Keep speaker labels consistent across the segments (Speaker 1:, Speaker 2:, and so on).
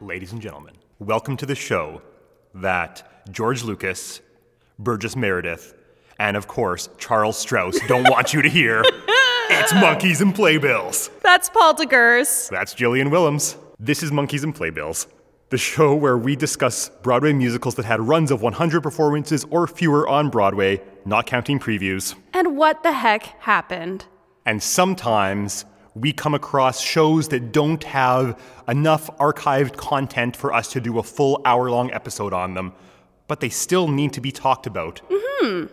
Speaker 1: ladies and gentlemen, welcome to the show that George Lucas, Burgess Meredith, and of course, Charles Strauss don't want you to hear. It's Monkeys and Playbills.
Speaker 2: That's Paul DeGers.
Speaker 1: That's Jillian Willems. This is Monkeys and Playbills, the show where we discuss Broadway musicals that had runs of 100 performances or fewer on Broadway, not counting previews.
Speaker 2: And what the heck happened?
Speaker 1: And sometimes we come across shows that don't have enough archived content for us to do a full hour long episode on them, but they still need to be talked about.
Speaker 2: Mm-hmm.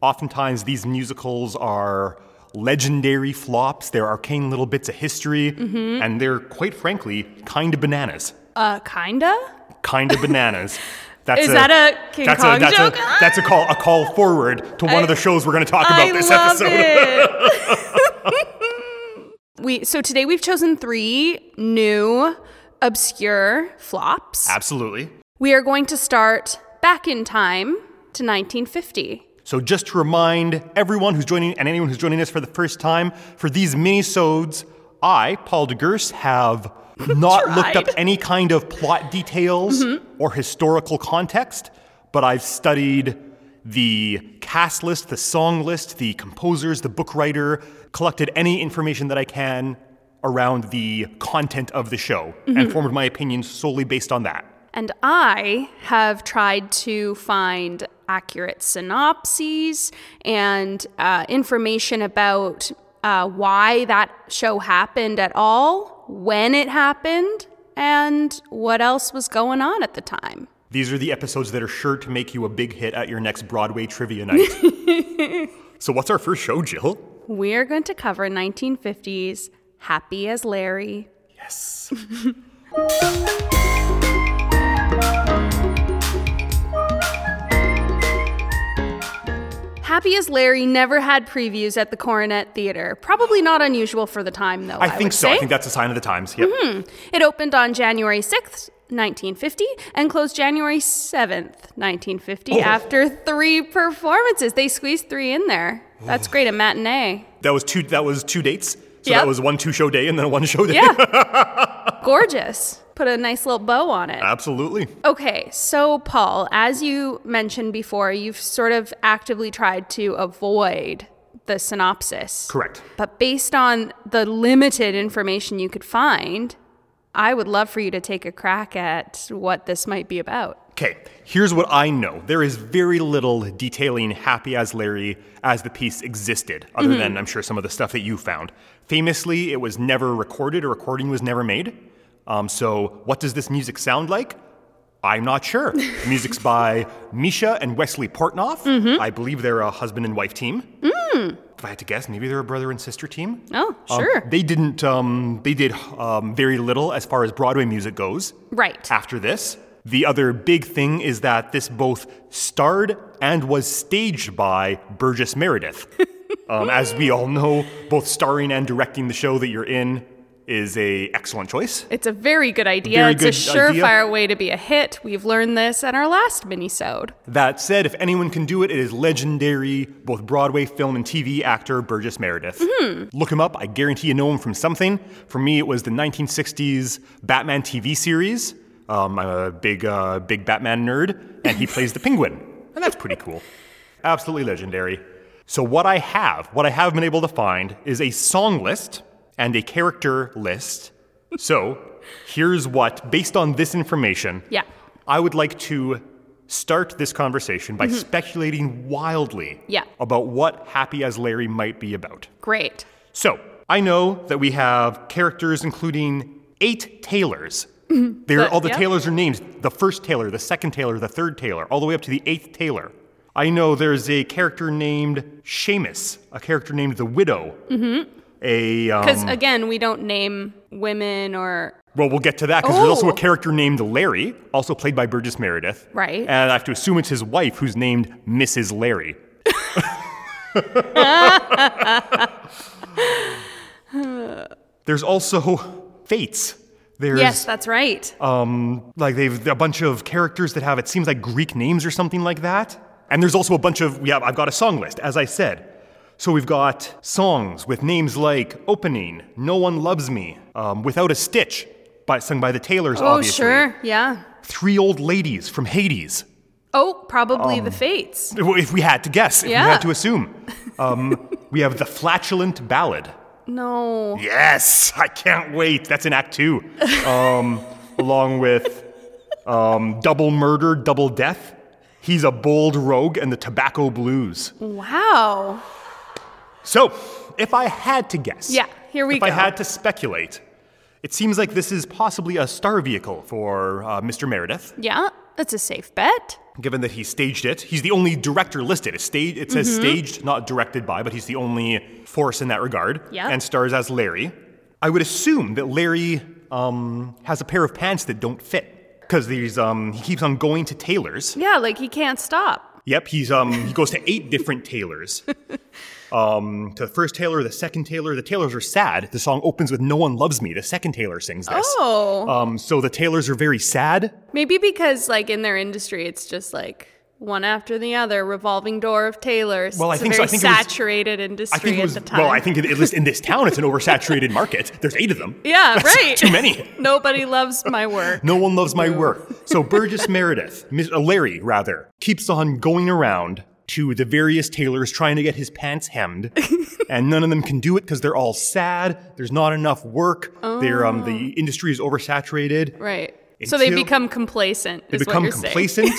Speaker 1: Oftentimes, these musicals are legendary flops, they're arcane little bits of history,
Speaker 2: Mm-hmm.
Speaker 1: and they're, quite frankly, kind of bananas.
Speaker 2: Uh, kinda?
Speaker 1: Kind of bananas. That's
Speaker 2: Is that a King
Speaker 1: that's
Speaker 2: Kong
Speaker 1: a, that's
Speaker 2: joke?
Speaker 1: A, that's a call a call forward to one of the shows we're going to talk about
Speaker 2: I
Speaker 1: this
Speaker 2: love
Speaker 1: episode.
Speaker 2: it. we so today we've chosen three new obscure flops.
Speaker 1: Absolutely.
Speaker 2: We are going to start back in time to 1950.
Speaker 1: So just to remind everyone who's joining and anyone who's joining us for the first time, for these minisodes, I, Paul DeGerse, have not looked up
Speaker 2: Tried.
Speaker 1: any kind of plot details or historical context, but I've studied the cast list, the song list, the composers, the book writer, collected any information that I can around the content of the show and formed my opinion solely based on that.
Speaker 2: And I have tried to find accurate synopses and uh, information about uh, why that show happened at all, when it happened, and what else was going on at the time.
Speaker 1: These are the episodes that are sure to make you a big hit at your next Broadway trivia night. so, what's our first show, Jill?
Speaker 2: We're going to cover 1950s Happy as Larry.
Speaker 1: Yes.
Speaker 2: Happy as Larry never had previews at the Coronet Theater. Probably not unusual for the time, though. I,
Speaker 1: I think
Speaker 2: would
Speaker 1: so.
Speaker 2: Say. Mm-hmm.
Speaker 1: I think that's a sign of the times. Yep.
Speaker 2: It opened on January 6th, 1950, and closed January 7th, 1950,
Speaker 1: Oh.
Speaker 2: after three performances. They squeezed three in there. That's great, a matinee.
Speaker 1: That was two that was two dates. So
Speaker 2: Yep.
Speaker 1: that was one two show day and then one show day.
Speaker 2: Yeah. Gorgeous. Put a nice little bow on
Speaker 1: Uh.
Speaker 2: it.
Speaker 1: Absolutely.
Speaker 2: Okay, so Paul, as you mentioned before, you've sort of actively tried to avoid the synopsis.
Speaker 1: Correct.
Speaker 2: But based on the limited information you could find, I would love for you to take a crack at what this might be about.
Speaker 1: Okay, here's what I know. There is very little detailing Happy as Larry as the piece existed, other than I'm sure some of the stuff that you found. Famously, it was never recorded, a recording was never made. Um, so, what does this music sound like? I'm not sure. Music's by Misha and Wesley Portnoff. I believe they're a husband and wife team. If I had to guess, maybe they're a brother and sister team.
Speaker 2: Oh,
Speaker 1: Um,
Speaker 2: sure.
Speaker 1: They didn't. Um, they did um, very little as far as Broadway music goes.
Speaker 2: Right.
Speaker 1: After this, the other big thing is that this both starred and was staged by Burgess Meredith. um, as we all know, both starring and directing the show that you're in is a excellent choice.
Speaker 2: It's a very good idea.
Speaker 1: Very
Speaker 2: it's
Speaker 1: good
Speaker 2: a surefire
Speaker 1: idea.
Speaker 2: way to be a hit. We've learned this at our last minisode.
Speaker 1: That said, if anyone can do it, it is legendary, both Broadway, film, and TV actor Burgess Meredith. Look him up. I guarantee you know him from something. For me, it was the 1960s Batman TV series. Um, I'm a big, uh, big Batman nerd, and he plays the Penguin, and that's pretty cool. Absolutely legendary. So what I have, what I have been able to find, is a song list and a character list. So here's what, based on this information,
Speaker 2: Yeah.
Speaker 1: I would like to start this conversation by speculating wildly
Speaker 2: Mm-hmm. Yeah.
Speaker 1: about what Happy as Larry might be about.
Speaker 2: Great.
Speaker 1: So, I know that we have characters including eight tailors. They're,
Speaker 2: Mm-hmm. But-
Speaker 1: all the
Speaker 2: yeah.
Speaker 1: tailors are named the first tailor, the second tailor, the third tailor, all the way up to the eighth tailor. I know there's a character named Seamus, a character named the Widow. Mm-hmm. A um,
Speaker 2: Because again, we don't name women or
Speaker 1: Well, we'll get to that because there's also
Speaker 2: Oh.
Speaker 1: a character named Larry, also played by Burgess Meredith.
Speaker 2: Right.
Speaker 1: And I have to assume it's his wife who's named Mrs. Larry. there's also fates. There's Oh,
Speaker 2: yes, that's right.
Speaker 1: like they've a bunch of characters that have it seems like Greek names or something like that. And there's also a bunch of yeah, I've got a song list as I said. So we've got songs with names like opening, no one loves me, um, without a stitch, by, sung by the Taylors,
Speaker 2: Oh,
Speaker 1: obviously.
Speaker 2: sure. Yeah.
Speaker 1: Three old ladies from Hades.
Speaker 2: Oh, probably
Speaker 1: Um,
Speaker 2: the Fates.
Speaker 1: If we had to guess, if we
Speaker 2: Yeah.
Speaker 1: had to assume. Um, we have the flatulent ballad.
Speaker 2: No.
Speaker 1: Yes, I can't wait. That's in Act Two, um, along with um, Double Murder, Double Death. He's a bold rogue and the Tobacco Blues.
Speaker 2: Wow.
Speaker 1: So, if I had to guess,
Speaker 2: Yeah, here we
Speaker 1: if I
Speaker 2: go.
Speaker 1: had to speculate, it seems like this is possibly a star vehicle for uh, Mr. Meredith,
Speaker 2: Yeah, that's a safe bet.
Speaker 1: given that he staged it. He's the only director listed. It's staged, it says
Speaker 2: Mm-hmm.
Speaker 1: staged, not directed by, but he's the only force in that regard.
Speaker 2: Yeah.
Speaker 1: And stars as Larry. I would assume that Larry um, has a pair of pants that don't fit because these um, he keeps on going to tailors.
Speaker 2: Yeah, like he can't stop.
Speaker 1: Yep, he's um he goes to eight different tailors. Um, to the first tailor, the second tailor, the tailors are sad. The song opens with "No one loves me." The second tailor sings this.
Speaker 2: Oh.
Speaker 1: Um, so the tailors are very sad.
Speaker 2: Maybe because like in their industry it's just like one after the other, revolving door of tailors.
Speaker 1: Well, I
Speaker 2: it's
Speaker 1: think
Speaker 2: a
Speaker 1: so. I
Speaker 2: very
Speaker 1: think it was-
Speaker 2: saturated
Speaker 1: I
Speaker 2: industry
Speaker 1: think it was
Speaker 2: at the time.
Speaker 1: well. I think it, at least in this town, it's an oversaturated market. There's eight of them.
Speaker 2: Yeah,
Speaker 1: That's
Speaker 2: right.
Speaker 1: Too many.
Speaker 2: Nobody loves my work.
Speaker 1: No one loves my work. So Burgess Meredith, Miss- uh, Larry rather, keeps on going around to the various tailors trying to get his pants hemmed, and none of them can do it because they're all sad. There's not enough work. They're um the industry is oversaturated.
Speaker 2: Oh. Right. So they
Speaker 1: Until-
Speaker 2: become complacent.
Speaker 1: They
Speaker 2: is what
Speaker 1: become
Speaker 2: you're saying.
Speaker 1: complacent.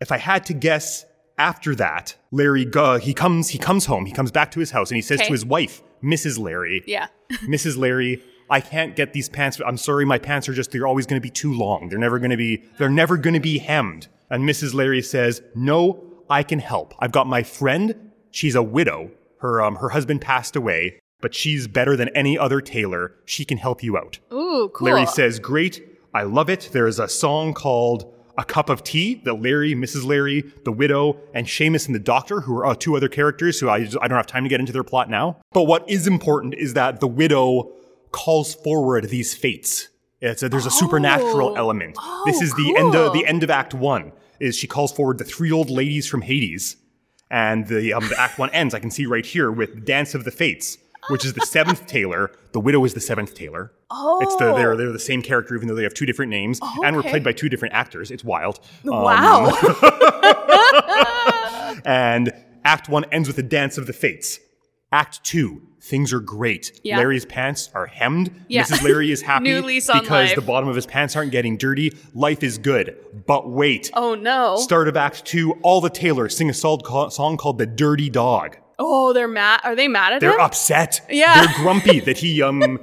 Speaker 1: if I had to guess, after that, Larry go- he comes he comes home. He comes back to his house and he says to
Speaker 2: Okay.
Speaker 1: his wife, Mrs. Larry,
Speaker 2: Yeah.
Speaker 1: Mrs. Larry, I can't get these pants. I'm sorry, my pants are just, they're always going to be too long. They're never going to be, they're never going to be hemmed. And Mrs. Larry says, no, I can help. I've got my friend. She's a widow. Her, um, her husband passed away, but she's better than any other tailor. She can help you out.
Speaker 2: Ooh, cool.
Speaker 1: Larry says, Great, I love it. There's a song called A Cup of Tea that Larry, Mrs. Larry, the widow, and Seamus and the doctor, who are uh, two other characters who I, I don't have time to get into their plot now. But what is important is that the widow calls forward these fates. It's a, there's a supernatural
Speaker 2: Oh.
Speaker 1: element.
Speaker 2: Oh,
Speaker 1: this is the end of
Speaker 2: cool.
Speaker 1: the end of Act One. Is she calls forward the three old ladies from Hades, and the, um, the Act One ends. I can see right here with Dance of the Fates, which is the seventh tailor. The widow is the seventh tailor. It's the they're they're the same character even though they have two different names and were
Speaker 2: Oh, okay.
Speaker 1: played by two different actors. It's wild. Um,
Speaker 2: Wow.
Speaker 1: and Act One ends with the dance of the fates. Act Two, things are great.
Speaker 2: Yeah.
Speaker 1: Larry's pants are hemmed.
Speaker 2: Yeah.
Speaker 1: Mrs. Larry is happy
Speaker 2: New lease on
Speaker 1: because
Speaker 2: life.
Speaker 1: the bottom of his pants aren't getting dirty. Life is good. But wait.
Speaker 2: oh no.
Speaker 1: Start of Act Two, all the tailors sing a sol- ca- song called "The Dirty Dog."
Speaker 2: oh, they're mad. Are they mad at
Speaker 1: They're
Speaker 2: him?
Speaker 1: upset.
Speaker 2: Yeah.
Speaker 1: They're grumpy that he um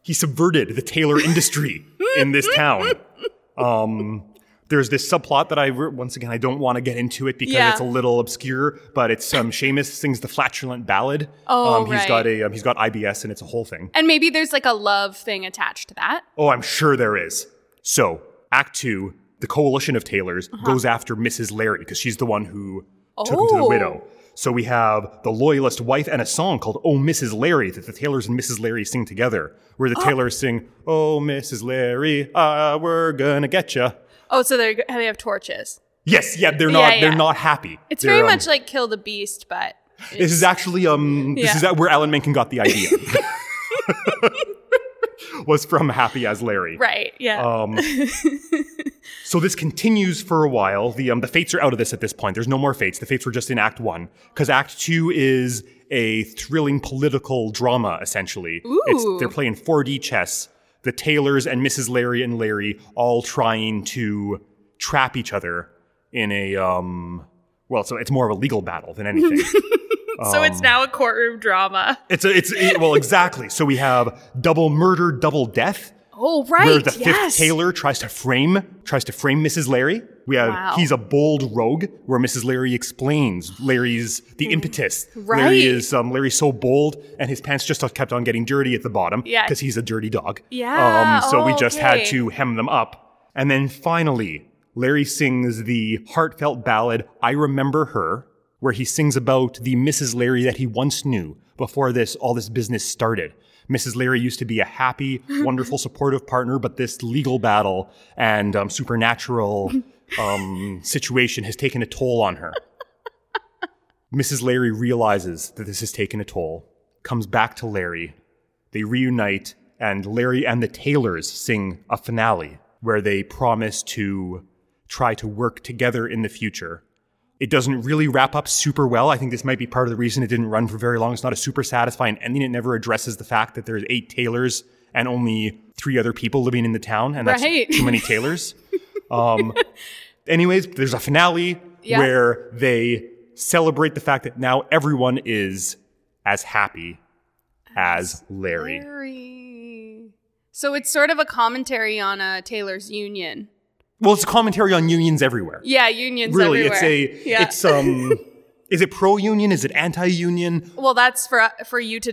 Speaker 1: he subverted the tailor industry in this town. Um there's this subplot that I re- once again I don't want to get into it because
Speaker 2: Yeah.
Speaker 1: it's a little obscure, but it's um Seamus sings the flatulent ballad.
Speaker 2: Oh,
Speaker 1: um he's got
Speaker 2: right.
Speaker 1: a um, he's got IBS and it's a whole thing.
Speaker 2: And maybe there's like a love thing attached to that.
Speaker 1: Oh, I'm sure there is. So, Act 2, the coalition of tailors
Speaker 2: Uh-huh.
Speaker 1: goes after Mrs. Larry because she's the one who took him to the
Speaker 2: Oh.
Speaker 1: widow. So we have the loyalist wife and a song called "Oh Mrs. Larry" that the tailors and Mrs. Larry sing together, where the tailors sing "Oh Mrs. Larry, ah, we're gonna get ya."
Speaker 2: Oh, so they they have torches.
Speaker 1: Yes, yeah, they're
Speaker 2: Yeah,
Speaker 1: not they're
Speaker 2: yeah.
Speaker 1: not happy.
Speaker 2: It's
Speaker 1: They're,
Speaker 2: very
Speaker 1: um,
Speaker 2: much like Kill the Beast, but
Speaker 1: this is actually um this
Speaker 2: Yeah.
Speaker 1: is where Alan Menken got the idea. was from Happy as Larry.
Speaker 2: right, yeah.
Speaker 1: Um, so this continues for a while. The um, the fates are out of this at this point. There's no more fates. The fates were just in Act One because Act Two is a thrilling political drama essentially.
Speaker 2: Ooh.
Speaker 1: they're playing 4D chess. The Taylors and Mrs. Larry and Larry all trying to trap each other in a um. Well, so it's more of a legal battle than anything. Uh,
Speaker 2: so
Speaker 1: um,
Speaker 2: it's now a courtroom drama.
Speaker 1: it's a, it's it- well exactly. So we have double murder, double death.
Speaker 2: Oh, right.
Speaker 1: where the fifth
Speaker 2: yes.
Speaker 1: tailor tries to frame tries to frame Mrs. Larry. We have
Speaker 2: Wow.
Speaker 1: he's a bold rogue where Mrs. Larry explains Larry's the impetus. Larry
Speaker 2: Mm. Right.
Speaker 1: is um, Larry's so bold and his pants just kept on getting dirty at the bottom
Speaker 2: Yeah.
Speaker 1: because he's a dirty dog.
Speaker 2: Yeah,
Speaker 1: Um, so we
Speaker 2: oh,
Speaker 1: just had
Speaker 2: okay.
Speaker 1: to hem them up. And then finally, Larry sings the heartfelt ballad I Remember Her where he sings about the Mrs. Larry that he once knew before this all this business started. Mrs. Larry used to be a happy, wonderful, supportive partner, but this legal battle and um, supernatural um, situation has taken a toll on her. Mrs. Larry realizes that this has taken a toll, comes back to Larry. They reunite, and Larry and the Taylors sing a finale where they promise to try to work together in the future. It doesn't really wrap up super well. I think this might be part of the reason it didn't run for very long. It's not a super satisfying ending. It never addresses the fact that there's eight Taylors and only three other people living in the town, and that's
Speaker 2: Right.
Speaker 1: too many Taylors. Um, anyways, there's a finale
Speaker 2: Yeah.
Speaker 1: where they celebrate the fact that now everyone is as happy as Larry.
Speaker 2: Very. So it's sort of a commentary on a Taylor's union.
Speaker 1: Well, it's a commentary on unions everywhere.
Speaker 2: Yeah, unions
Speaker 1: really,
Speaker 2: everywhere.
Speaker 1: it's a
Speaker 2: yeah.
Speaker 1: it's um is it pro union? Is it anti union?
Speaker 2: well, that's for for you to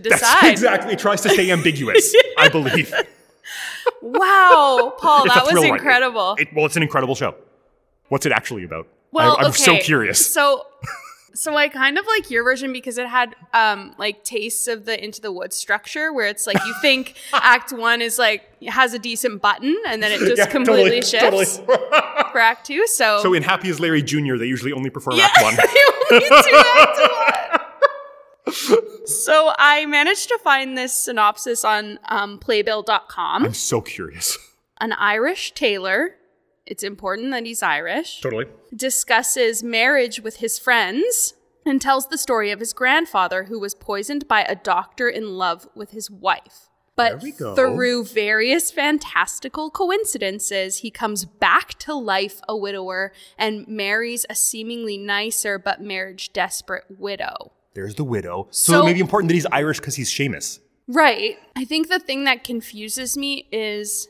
Speaker 2: decide.
Speaker 1: Exactly. It tries to stay ambiguous, I believe.
Speaker 2: Wow, Paul,
Speaker 1: It's a
Speaker 2: that was
Speaker 1: thriller.
Speaker 2: incredible.
Speaker 1: It, well, it's an incredible show. What's it actually about?
Speaker 2: well,
Speaker 1: I, am
Speaker 2: okay.
Speaker 1: so curious.
Speaker 2: So, so I kind of like your version because it had um like tastes of the Into the Woods structure, where it's like you think Act One is like has a decent button, and then it just
Speaker 1: Yeah,
Speaker 2: completely
Speaker 1: totally,
Speaker 2: shifts
Speaker 1: Totally.
Speaker 2: for Act Two. So,
Speaker 1: So in Happy as Larry Jr., they usually only perform
Speaker 2: Yeah.
Speaker 1: act one.
Speaker 2: You only do Act One. So I managed to find this synopsis on um, playbill.com.
Speaker 1: I'm so curious.
Speaker 2: An Irish tailor, it's important that he's Irish,
Speaker 1: Totally.
Speaker 2: discusses marriage with his friends and tells the story of his grandfather who was poisoned by a doctor in love with his wife. But
Speaker 1: There we go.
Speaker 2: through various fantastical coincidences, he comes back to life a widower and marries a seemingly nicer but marriage desperate widow.
Speaker 1: There's the widow. So,
Speaker 2: So-
Speaker 1: it may be important that he's Irish because he's Seamus.
Speaker 2: Right. I think the thing that confuses me is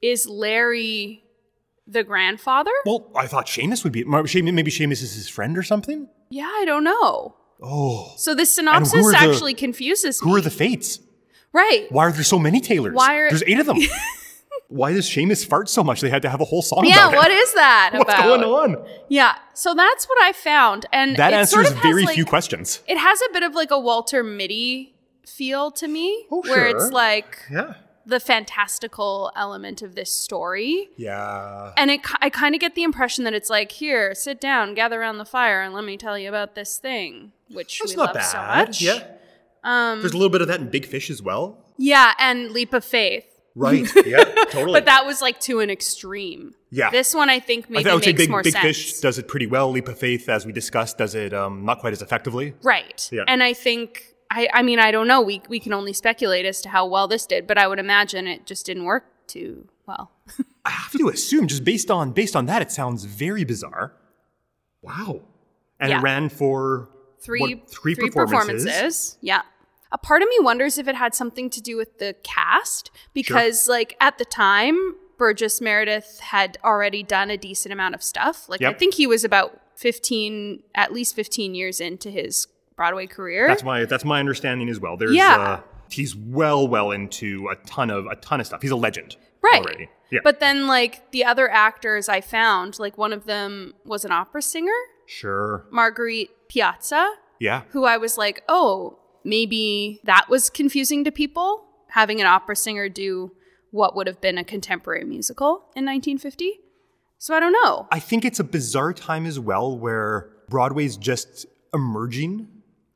Speaker 2: is Larry the grandfather?
Speaker 1: Well, I thought Seamus would be. Mar- Seamus- Maybe Seamus is his friend or something.
Speaker 2: Yeah, I don't know.
Speaker 1: Oh,
Speaker 2: So this
Speaker 1: who
Speaker 2: synopsis
Speaker 1: are the-
Speaker 2: actually confuses me.
Speaker 1: who are the fates?
Speaker 2: right.
Speaker 1: Why are there so many Taylors?
Speaker 2: Why are-
Speaker 1: there's eight of them? Why does Seamus fart so much? They had to have a whole song
Speaker 2: Yeah,
Speaker 1: about
Speaker 2: what
Speaker 1: it.
Speaker 2: is that
Speaker 1: What's
Speaker 2: about?
Speaker 1: going on?
Speaker 2: Yeah, so that's what I found, and
Speaker 1: That
Speaker 2: it
Speaker 1: answers
Speaker 2: sort of has,
Speaker 1: very
Speaker 2: like-
Speaker 1: few questions.
Speaker 2: It has a bit of like a Walter Mitty feel to me,
Speaker 1: Oh,
Speaker 2: where it's
Speaker 1: sure.
Speaker 2: like
Speaker 1: Yeah.
Speaker 2: the fantastical element of this story,
Speaker 1: Yeah.
Speaker 2: and it ki- I kind of get the impression that it's like, here, sit down, gather around the fire, and let me tell you about this thing, which
Speaker 1: That's
Speaker 2: we
Speaker 1: not
Speaker 2: love
Speaker 1: bad.
Speaker 2: so much.
Speaker 1: Yeah. Um, there's a little bit of that in Big Fish as well.
Speaker 2: yeah, and leap of faith.
Speaker 1: Right. yeah. Totally.
Speaker 2: But that was like to an extreme.
Speaker 1: Yeah.
Speaker 2: This one I think
Speaker 1: I,
Speaker 2: maybe
Speaker 1: th- I would say
Speaker 2: makes
Speaker 1: Big,
Speaker 2: more
Speaker 1: Big
Speaker 2: sense.
Speaker 1: Fish does it pretty well. Leap of Faith, as we discussed, does it um, not quite as effectively.
Speaker 2: Right.
Speaker 1: Yeah.
Speaker 2: And I think I I mean I don't know. We we can only speculate as to how well this did, but I would imagine it just didn't work too well.
Speaker 1: I have to assume, just based on based on that, it sounds very bizarre. Wow. And
Speaker 2: Yeah.
Speaker 1: it ran for
Speaker 2: Three
Speaker 1: what, three,
Speaker 2: performances. Yeah. A part of me wonders if it had something to do with the cast because like at the time Burgess Meredith had already done a decent amount of stuff. Like I
Speaker 1: Yep.
Speaker 2: think he was about 15 at least 15 years into his Broadway career.
Speaker 1: That's my that's my understanding as well. There's
Speaker 2: Yeah.
Speaker 1: uh, he's well well into a ton of a ton of stuff. He's a legend.
Speaker 2: Right.
Speaker 1: Already. Yeah.
Speaker 2: But then like the other actors I found, like one of them was an opera singer,
Speaker 1: sure.
Speaker 2: Marguerite Piazza,
Speaker 1: Yeah.
Speaker 2: who I was like, "Oh, maybe that was confusing to people having an opera singer do what would have been a contemporary musical in 1950." So I don't know.
Speaker 1: I think it's a bizarre time as well where Broadway's just emerging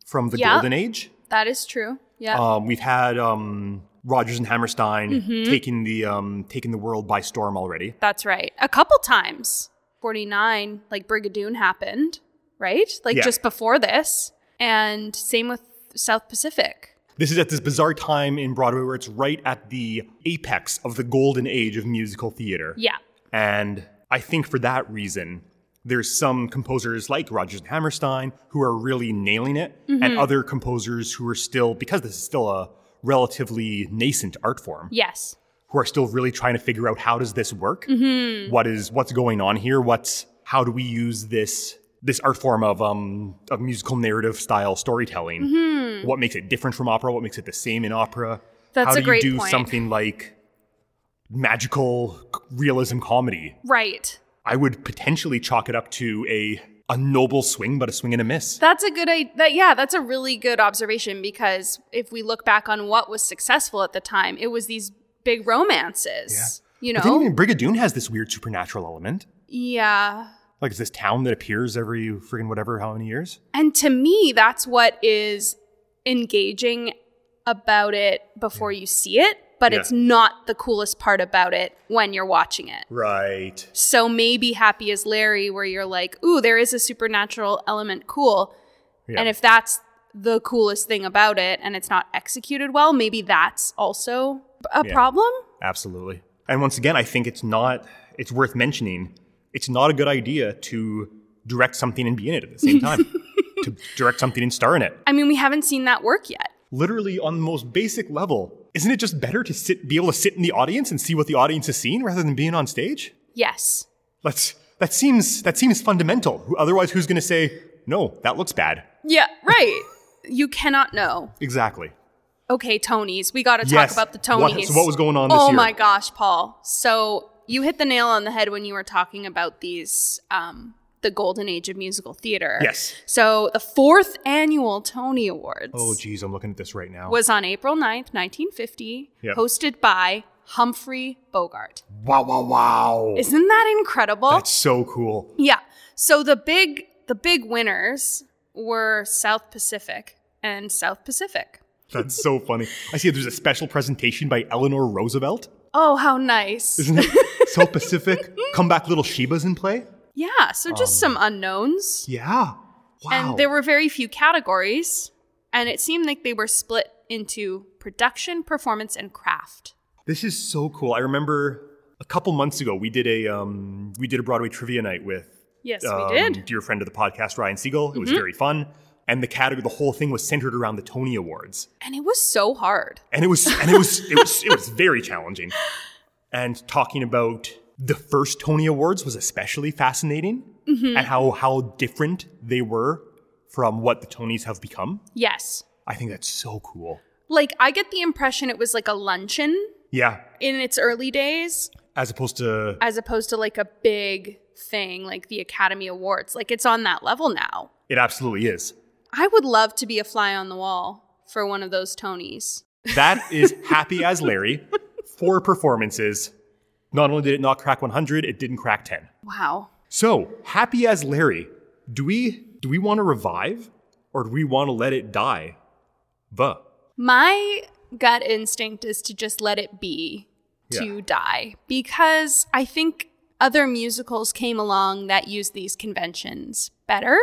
Speaker 1: from the
Speaker 2: Yeah.
Speaker 1: golden age.
Speaker 2: That is true. Yeah.
Speaker 1: Um, we've had um, Rogers and Hammerstein
Speaker 2: Mm-hmm.
Speaker 1: taking the um, taking the world by storm already.
Speaker 2: That's right. A couple times. 49, like Brigadoon happened, right? Like
Speaker 1: Yeah.
Speaker 2: just before this. And same with South Pacific.
Speaker 1: This is at this bizarre time in Broadway where it's right at the apex of the golden age of musical theater.
Speaker 2: Yeah.
Speaker 1: And I think for that reason, there's some composers like Rogers and Hammerstein who are really nailing it, and other composers who are still, because this is still a relatively nascent art form,
Speaker 2: Yes.
Speaker 1: who are still really trying to figure out how does this work?
Speaker 2: Mm-hmm.
Speaker 1: What is what's going on here? What's how do we use this this art form of um of musical narrative style storytelling? What makes it different from opera? What makes it the same in opera?
Speaker 2: Mm-hmm. That's
Speaker 1: how
Speaker 2: a
Speaker 1: do
Speaker 2: great
Speaker 1: you do
Speaker 2: point.
Speaker 1: something like magical c- realism comedy?
Speaker 2: Right.
Speaker 1: I would potentially chalk it up to a a noble swing, but a swing and a miss.
Speaker 2: That's a good idea. That, yeah, that's a really good observation because if we look back on what was successful at the time, it was these big romances. You
Speaker 1: I think
Speaker 2: know?
Speaker 1: even Brigadoon has this weird supernatural element.
Speaker 2: Yeah.
Speaker 1: Like it's this town that appears every freaking whatever how many years.
Speaker 2: And to me, that's what is engaging about it before you see it. but
Speaker 1: Yeah.
Speaker 2: it's not the coolest part about it when you're watching it.
Speaker 1: Right.
Speaker 2: So maybe Happy as Larry, where you're like, ooh, there is a supernatural element, cool.
Speaker 1: Yeah.
Speaker 2: And if that's the coolest thing about it and it's not executed well, maybe that's also a
Speaker 1: Yeah.
Speaker 2: problem.
Speaker 1: Absolutely. And once again, I think it's not, it's worth mentioning, it's not a good idea to direct something and be in it at the same time, to direct something and star in it.
Speaker 2: I mean, we haven't seen that work yet.
Speaker 1: Literally on the most basic level, isn't it just better to sit, be able to sit in the audience and see what the audience is seeing rather than being on stage?
Speaker 2: Yes.
Speaker 1: Let's, that seems, that seems fundamental. Who- Otherwise, who's going to say, no, that looks bad?
Speaker 2: Yeah, right. you cannot know.
Speaker 1: Exactly.
Speaker 2: Okay, Tonys. We got to
Speaker 1: Yes.
Speaker 2: talk about the Tonys.
Speaker 1: What- so what was going on this
Speaker 2: oh
Speaker 1: year?
Speaker 2: my gosh, Paul. So you hit the nail on the head when you were talking about these, um, the golden age of musical theater.
Speaker 1: Yes.
Speaker 2: So the fourth annual Tony Awards
Speaker 1: Oh, geez, I'm looking at this right now.
Speaker 2: was on April 9th, 1950,
Speaker 1: Yep.
Speaker 2: hosted by Humphrey Bogart.
Speaker 1: wow, wow, wow.
Speaker 2: Isn't that incredible?
Speaker 1: That's so cool.
Speaker 2: yeah. So the big, the big winners were South Pacific and South Pacific.
Speaker 1: That's so funny. I see there's a special presentation by Eleanor Roosevelt.
Speaker 2: Oh, how nice.
Speaker 1: Isn't it South Pacific? Comeback Little Sheba's in play?
Speaker 2: Yeah, so just
Speaker 1: Um,
Speaker 2: some unknowns.
Speaker 1: Yeah. Wow.
Speaker 2: And there were very few categories, and it seemed like they were split into production, performance, and craft.
Speaker 1: this is so cool. I remember a couple months ago we did a um, we did a Broadway trivia night with
Speaker 2: Yes,
Speaker 1: um,
Speaker 2: we did. Mm-hmm.
Speaker 1: dear friend of the podcast Ryan Siegel. It was very fun. And the category the whole thing was centered around the Tony Awards.
Speaker 2: And it was so hard.
Speaker 1: And it was and it was it was it was very challenging. And talking about the first Tony Awards was especially fascinating
Speaker 2: Mm-hmm.
Speaker 1: and how how different they were from what the Tonys have become.
Speaker 2: Yes.
Speaker 1: I think that's so cool.
Speaker 2: Like, I get the impression it was like a luncheon
Speaker 1: Yeah,
Speaker 2: in its early days,
Speaker 1: as opposed to
Speaker 2: as opposed to like a big thing like the Academy Awards. Like, it's on that level now.
Speaker 1: it absolutely is.
Speaker 2: I would love to be a fly on the wall for one of those Tonys.
Speaker 1: That is happy as Larry. Four performances. Not only did it not crack 100, it didn't crack 10.
Speaker 2: Wow.
Speaker 1: So happy as Larry. Do we do we want to revive or do we want to let it die? The
Speaker 2: My gut instinct is to just let it be to
Speaker 1: Yeah.
Speaker 2: die because I think other musicals came along that used these conventions better.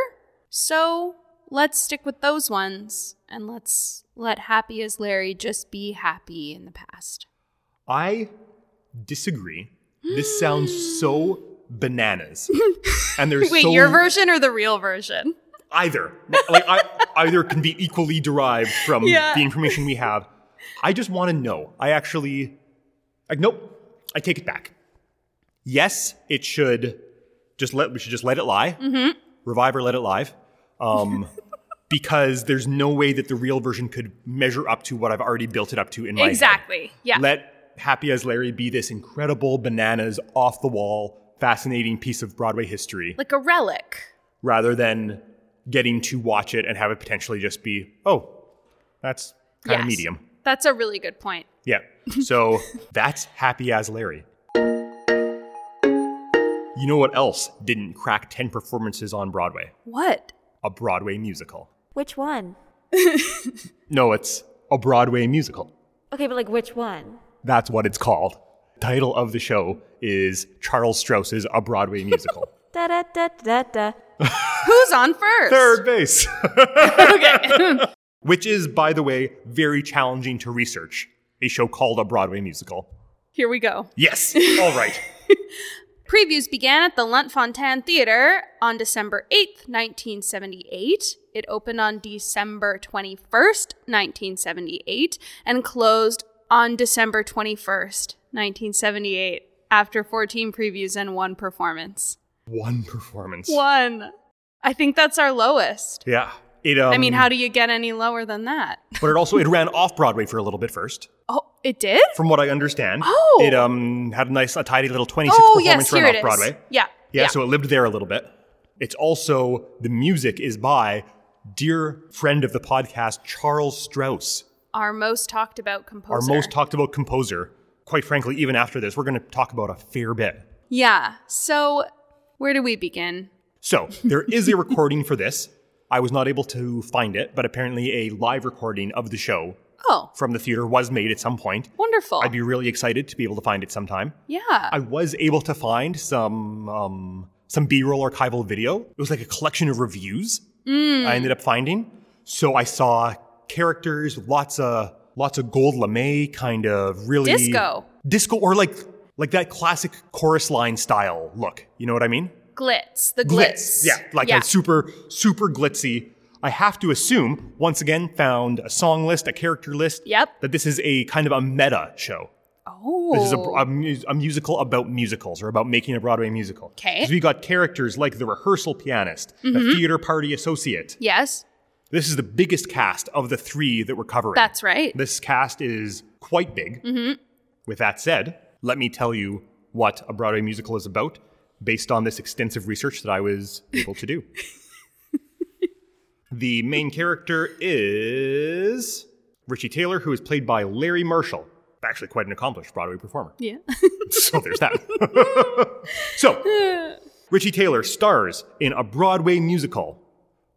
Speaker 2: So let's stick with those ones and let's let Happy as Larry just be happy in the past.
Speaker 1: I disagree. This sounds so bananas. And there's
Speaker 2: Wait,
Speaker 1: so
Speaker 2: your version or the real version?
Speaker 1: either like I, either can be equally derived from
Speaker 2: Yeah.
Speaker 1: the information we have i just want to know i actually like nope i take it back yes it should just let we should just let it lie
Speaker 2: Mm-hmm.
Speaker 1: revive or let it live um because there's no way that the real version could measure up to what i've already built it up to in my head.
Speaker 2: Exactly. Yeah.
Speaker 1: let happy as larry be this incredible bananas off the wall fascinating piece of broadway history
Speaker 2: like a relic.
Speaker 1: rather than getting to watch it and have it potentially just be, oh, that's kind
Speaker 2: Yes.
Speaker 1: of medium.
Speaker 2: That's a really good point.
Speaker 1: Yeah. So that's happy as Larry. You know what else didn't crack 10 performances on Broadway?
Speaker 2: What?
Speaker 1: A Broadway musical.
Speaker 3: Which one?
Speaker 1: No, it's a Broadway musical.
Speaker 3: Okay, but like which one?
Speaker 1: That's what it's called. Title of the show is Charles Strauss's A Broadway Musical.
Speaker 3: Da da da da da.
Speaker 2: Who's on first?
Speaker 1: Third base.
Speaker 2: Okay.
Speaker 1: Which is, by the way, very challenging to research. A show called A Broadway Musical.
Speaker 2: Here we go.
Speaker 1: Yes. All right.
Speaker 2: Previews began at the Luntfontein Theater on December 8th, 1978. It opened on December 21st, 1978, and closed on December 21st, 1978, after 14 previews and one performance.
Speaker 1: One performance.
Speaker 2: One. I think that's our lowest.
Speaker 1: Yeah. It. Um,
Speaker 2: I mean, how do you get any lower than that?
Speaker 1: But it also it ran off Broadway for a little bit first,
Speaker 2: Oh, it did?
Speaker 1: from what I understand.
Speaker 2: Oh.
Speaker 1: It um had a nice, a tidy little twenty-six
Speaker 2: Oh,
Speaker 1: performance
Speaker 2: yes,
Speaker 1: run
Speaker 2: here
Speaker 1: off
Speaker 2: it is.
Speaker 1: Broadway.
Speaker 2: Yeah.
Speaker 1: Yeah, So it lived there a little bit. It's also the music is by dear friend of the podcast Charles Strauss,
Speaker 2: our most talked about composer.
Speaker 1: our most talked about composer. Quite frankly, even after this, we're going to talk about a fair bit.
Speaker 2: Yeah. So, where do we begin?
Speaker 1: So there is a recording for this. I was not able to find it, but apparently a live recording of the show
Speaker 2: Oh,
Speaker 1: from the theater was made at some point.
Speaker 2: wonderful.
Speaker 1: I'd be really excited to be able to find it sometime.
Speaker 2: yeah.
Speaker 1: I was able to find some um, some B-roll archival video. It was like a collection of reviews.
Speaker 2: Mm.
Speaker 1: I ended up finding. So I saw characters, lots of lots of gold lame kind of really
Speaker 2: Disco.
Speaker 1: disco or like like that classic chorus line style look. You know what I mean?
Speaker 2: glitz. The glitz.
Speaker 1: Yeah, like a super super glitzy. I have to assume once again found a song list, a character list.
Speaker 2: Yep.
Speaker 1: That this is a kind of a meta show.
Speaker 2: oh.
Speaker 1: This is a, a, mu- a musical about musicals or about making a Broadway musical.
Speaker 2: 'Kay.
Speaker 1: Because we got characters like the rehearsal pianist,
Speaker 2: Mm-hmm.
Speaker 1: the theater party associate.
Speaker 2: yes,
Speaker 1: This is the biggest cast of the three that we're covering.
Speaker 2: that's right. Mm-hmm.
Speaker 1: This cast is quite big. With that said, let me tell you what a Broadway musical is about based on this extensive research that I was able to do. the main character is Richie Taylor, who is played by Larry Marshall. Actually, quite an accomplished Broadway performer.
Speaker 2: yeah.
Speaker 1: So there's that. so, Richie Taylor stars in a Broadway musical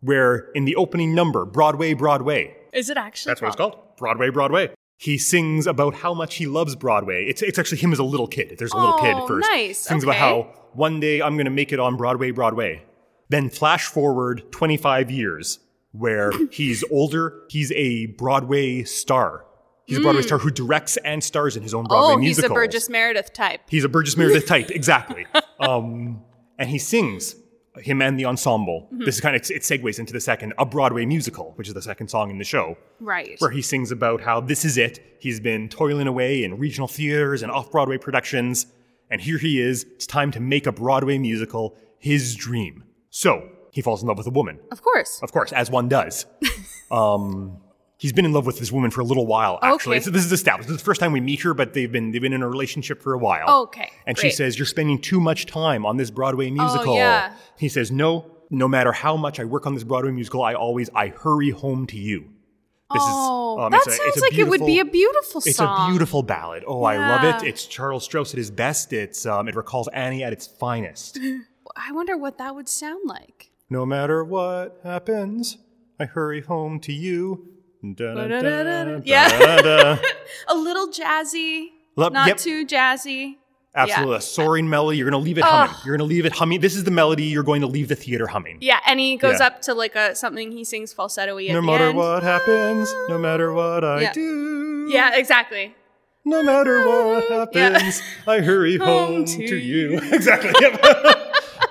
Speaker 1: where, in the opening number, Broadway, Broadway,
Speaker 2: is it actually?
Speaker 1: that's what it's called. Broadway, Broadway. He sings about how much he loves Broadway. It's, it's actually him as a little kid. There's a little kid
Speaker 2: Oh,
Speaker 1: at first.
Speaker 2: nice.
Speaker 1: Sings
Speaker 2: Okay.
Speaker 1: about how one day I'm going to make it on Broadway, Broadway. Then flash forward 25 years where he's older. He's a Broadway star. He's a Broadway star who directs and stars in his own Broadway
Speaker 2: Mm. Oh, he's a
Speaker 1: musicals.
Speaker 2: Burgess Meredith type.
Speaker 1: He's a Burgess Meredith type, exactly. Um, and he sings him and the ensemble. This is kind of it segues into the second a Broadway musical, which is the second song in the show
Speaker 2: Right.
Speaker 1: where he sings about how this is it. He's been toiling away in regional theaters and off Broadway productions, and here he is. It's time to make a Broadway musical, his dream. So he falls in love with a woman,
Speaker 2: Of course.
Speaker 1: of course, as one does. um, he's been in love with this woman for a little while, actually.
Speaker 2: Okay.
Speaker 1: So this is established. This is the first time we meet her, but they've been they've been in a relationship for a while.
Speaker 2: Okay,
Speaker 1: And she
Speaker 2: great. Oh,
Speaker 1: says, "You're spending too much time on this Broadway musical."
Speaker 2: yeah.
Speaker 1: He says, "No." No matter how much I work on this Broadway musical, I always I hurry home to you. This
Speaker 2: oh,
Speaker 1: um,
Speaker 2: that
Speaker 1: it's a- it's a
Speaker 2: sounds like it would be a
Speaker 1: beautiful-
Speaker 2: beautiful
Speaker 1: It's
Speaker 2: song.
Speaker 1: a beautiful ballad. Oh, I love it.
Speaker 2: Yeah.
Speaker 1: It's Charles Strauss at his best. It's um, it recalls Annie at its finest.
Speaker 2: I wonder what that would sound like.
Speaker 1: no matter what happens, I hurry home to you. Da-da-da-da,
Speaker 2: Yeah.
Speaker 1: da-da-da.
Speaker 2: A little jazzy,
Speaker 1: Love-
Speaker 2: not
Speaker 1: Uh, yep.
Speaker 2: too jazzy.
Speaker 1: Absolutely,
Speaker 2: Yeah.
Speaker 1: a soaring melody. You're gonna leave it humming. You're gonna leave it humming. This is the melody you're going to leave the theater humming.
Speaker 2: Yeah, and he goes
Speaker 1: Yeah.
Speaker 2: up to like a something he sings falsetto at
Speaker 1: No
Speaker 2: the
Speaker 1: matter
Speaker 2: end.
Speaker 1: what happens, no matter what I
Speaker 2: Yeah.
Speaker 1: do,
Speaker 2: Yeah, exactly.
Speaker 1: no matter what
Speaker 2: Yeah.
Speaker 1: happens, I hurry home,
Speaker 2: to
Speaker 1: to you. exactly. Yep.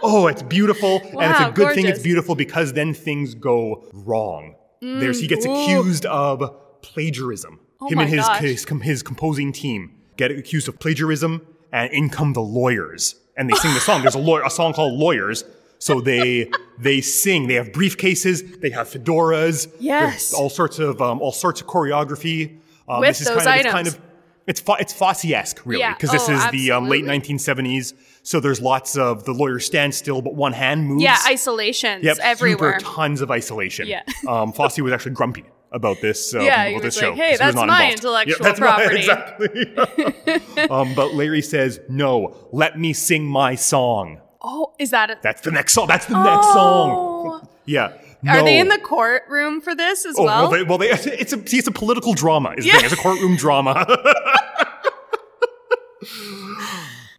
Speaker 1: oh, it's beautiful, and it's
Speaker 2: Wow,
Speaker 1: a good thing it's
Speaker 2: gorgeous.
Speaker 1: beautiful because then things go wrong. There's he gets accused of plagiarism.
Speaker 2: Mm, Oh
Speaker 1: Him and
Speaker 2: my
Speaker 1: his
Speaker 2: gosh.
Speaker 1: his, com- his composing team get accused of plagiarism, and in come the lawyers, and they sing the song. There's a lawyer, a song called "Lawyers." So they they sing. They have briefcases. They have fedoras.
Speaker 2: Yes.
Speaker 1: There's all sorts of um, all sorts of choreography. Um,
Speaker 2: With
Speaker 1: this is
Speaker 2: those
Speaker 1: kind of, It's
Speaker 2: items.
Speaker 1: kind of it's fo- it's Fosse-esque, really,
Speaker 2: Yeah.
Speaker 1: because this
Speaker 2: Oh,
Speaker 1: is the um, late
Speaker 2: absolutely.
Speaker 1: 1970s. So there's lots of the lawyer stands still, but one hand moves.
Speaker 2: Yeah, isolations
Speaker 1: yep,
Speaker 2: everywhere.
Speaker 1: Super tons of isolation.
Speaker 2: Yeah.
Speaker 1: um, Fosse was actually grumpy about this. Uh,
Speaker 2: Yeah,
Speaker 1: about
Speaker 2: he
Speaker 1: this
Speaker 2: was
Speaker 1: show,
Speaker 2: like, "Hey,
Speaker 1: 'cause he was
Speaker 2: that's
Speaker 1: not
Speaker 2: my
Speaker 1: involved."
Speaker 2: intellectual
Speaker 1: that's my-
Speaker 2: property.
Speaker 1: exactly. um, but Larry says, "No, let me sing my song."
Speaker 2: oh, is that? A,
Speaker 1: That's the next song. That's the next song.
Speaker 2: Oh.
Speaker 1: Yeah.
Speaker 2: Are
Speaker 1: No.
Speaker 2: they in the courtroom for this as
Speaker 1: Oh,
Speaker 2: well?
Speaker 1: well, they, well they, it's a see, it's a political drama. Is the
Speaker 2: Yeah.
Speaker 1: thing. It's a courtroom drama.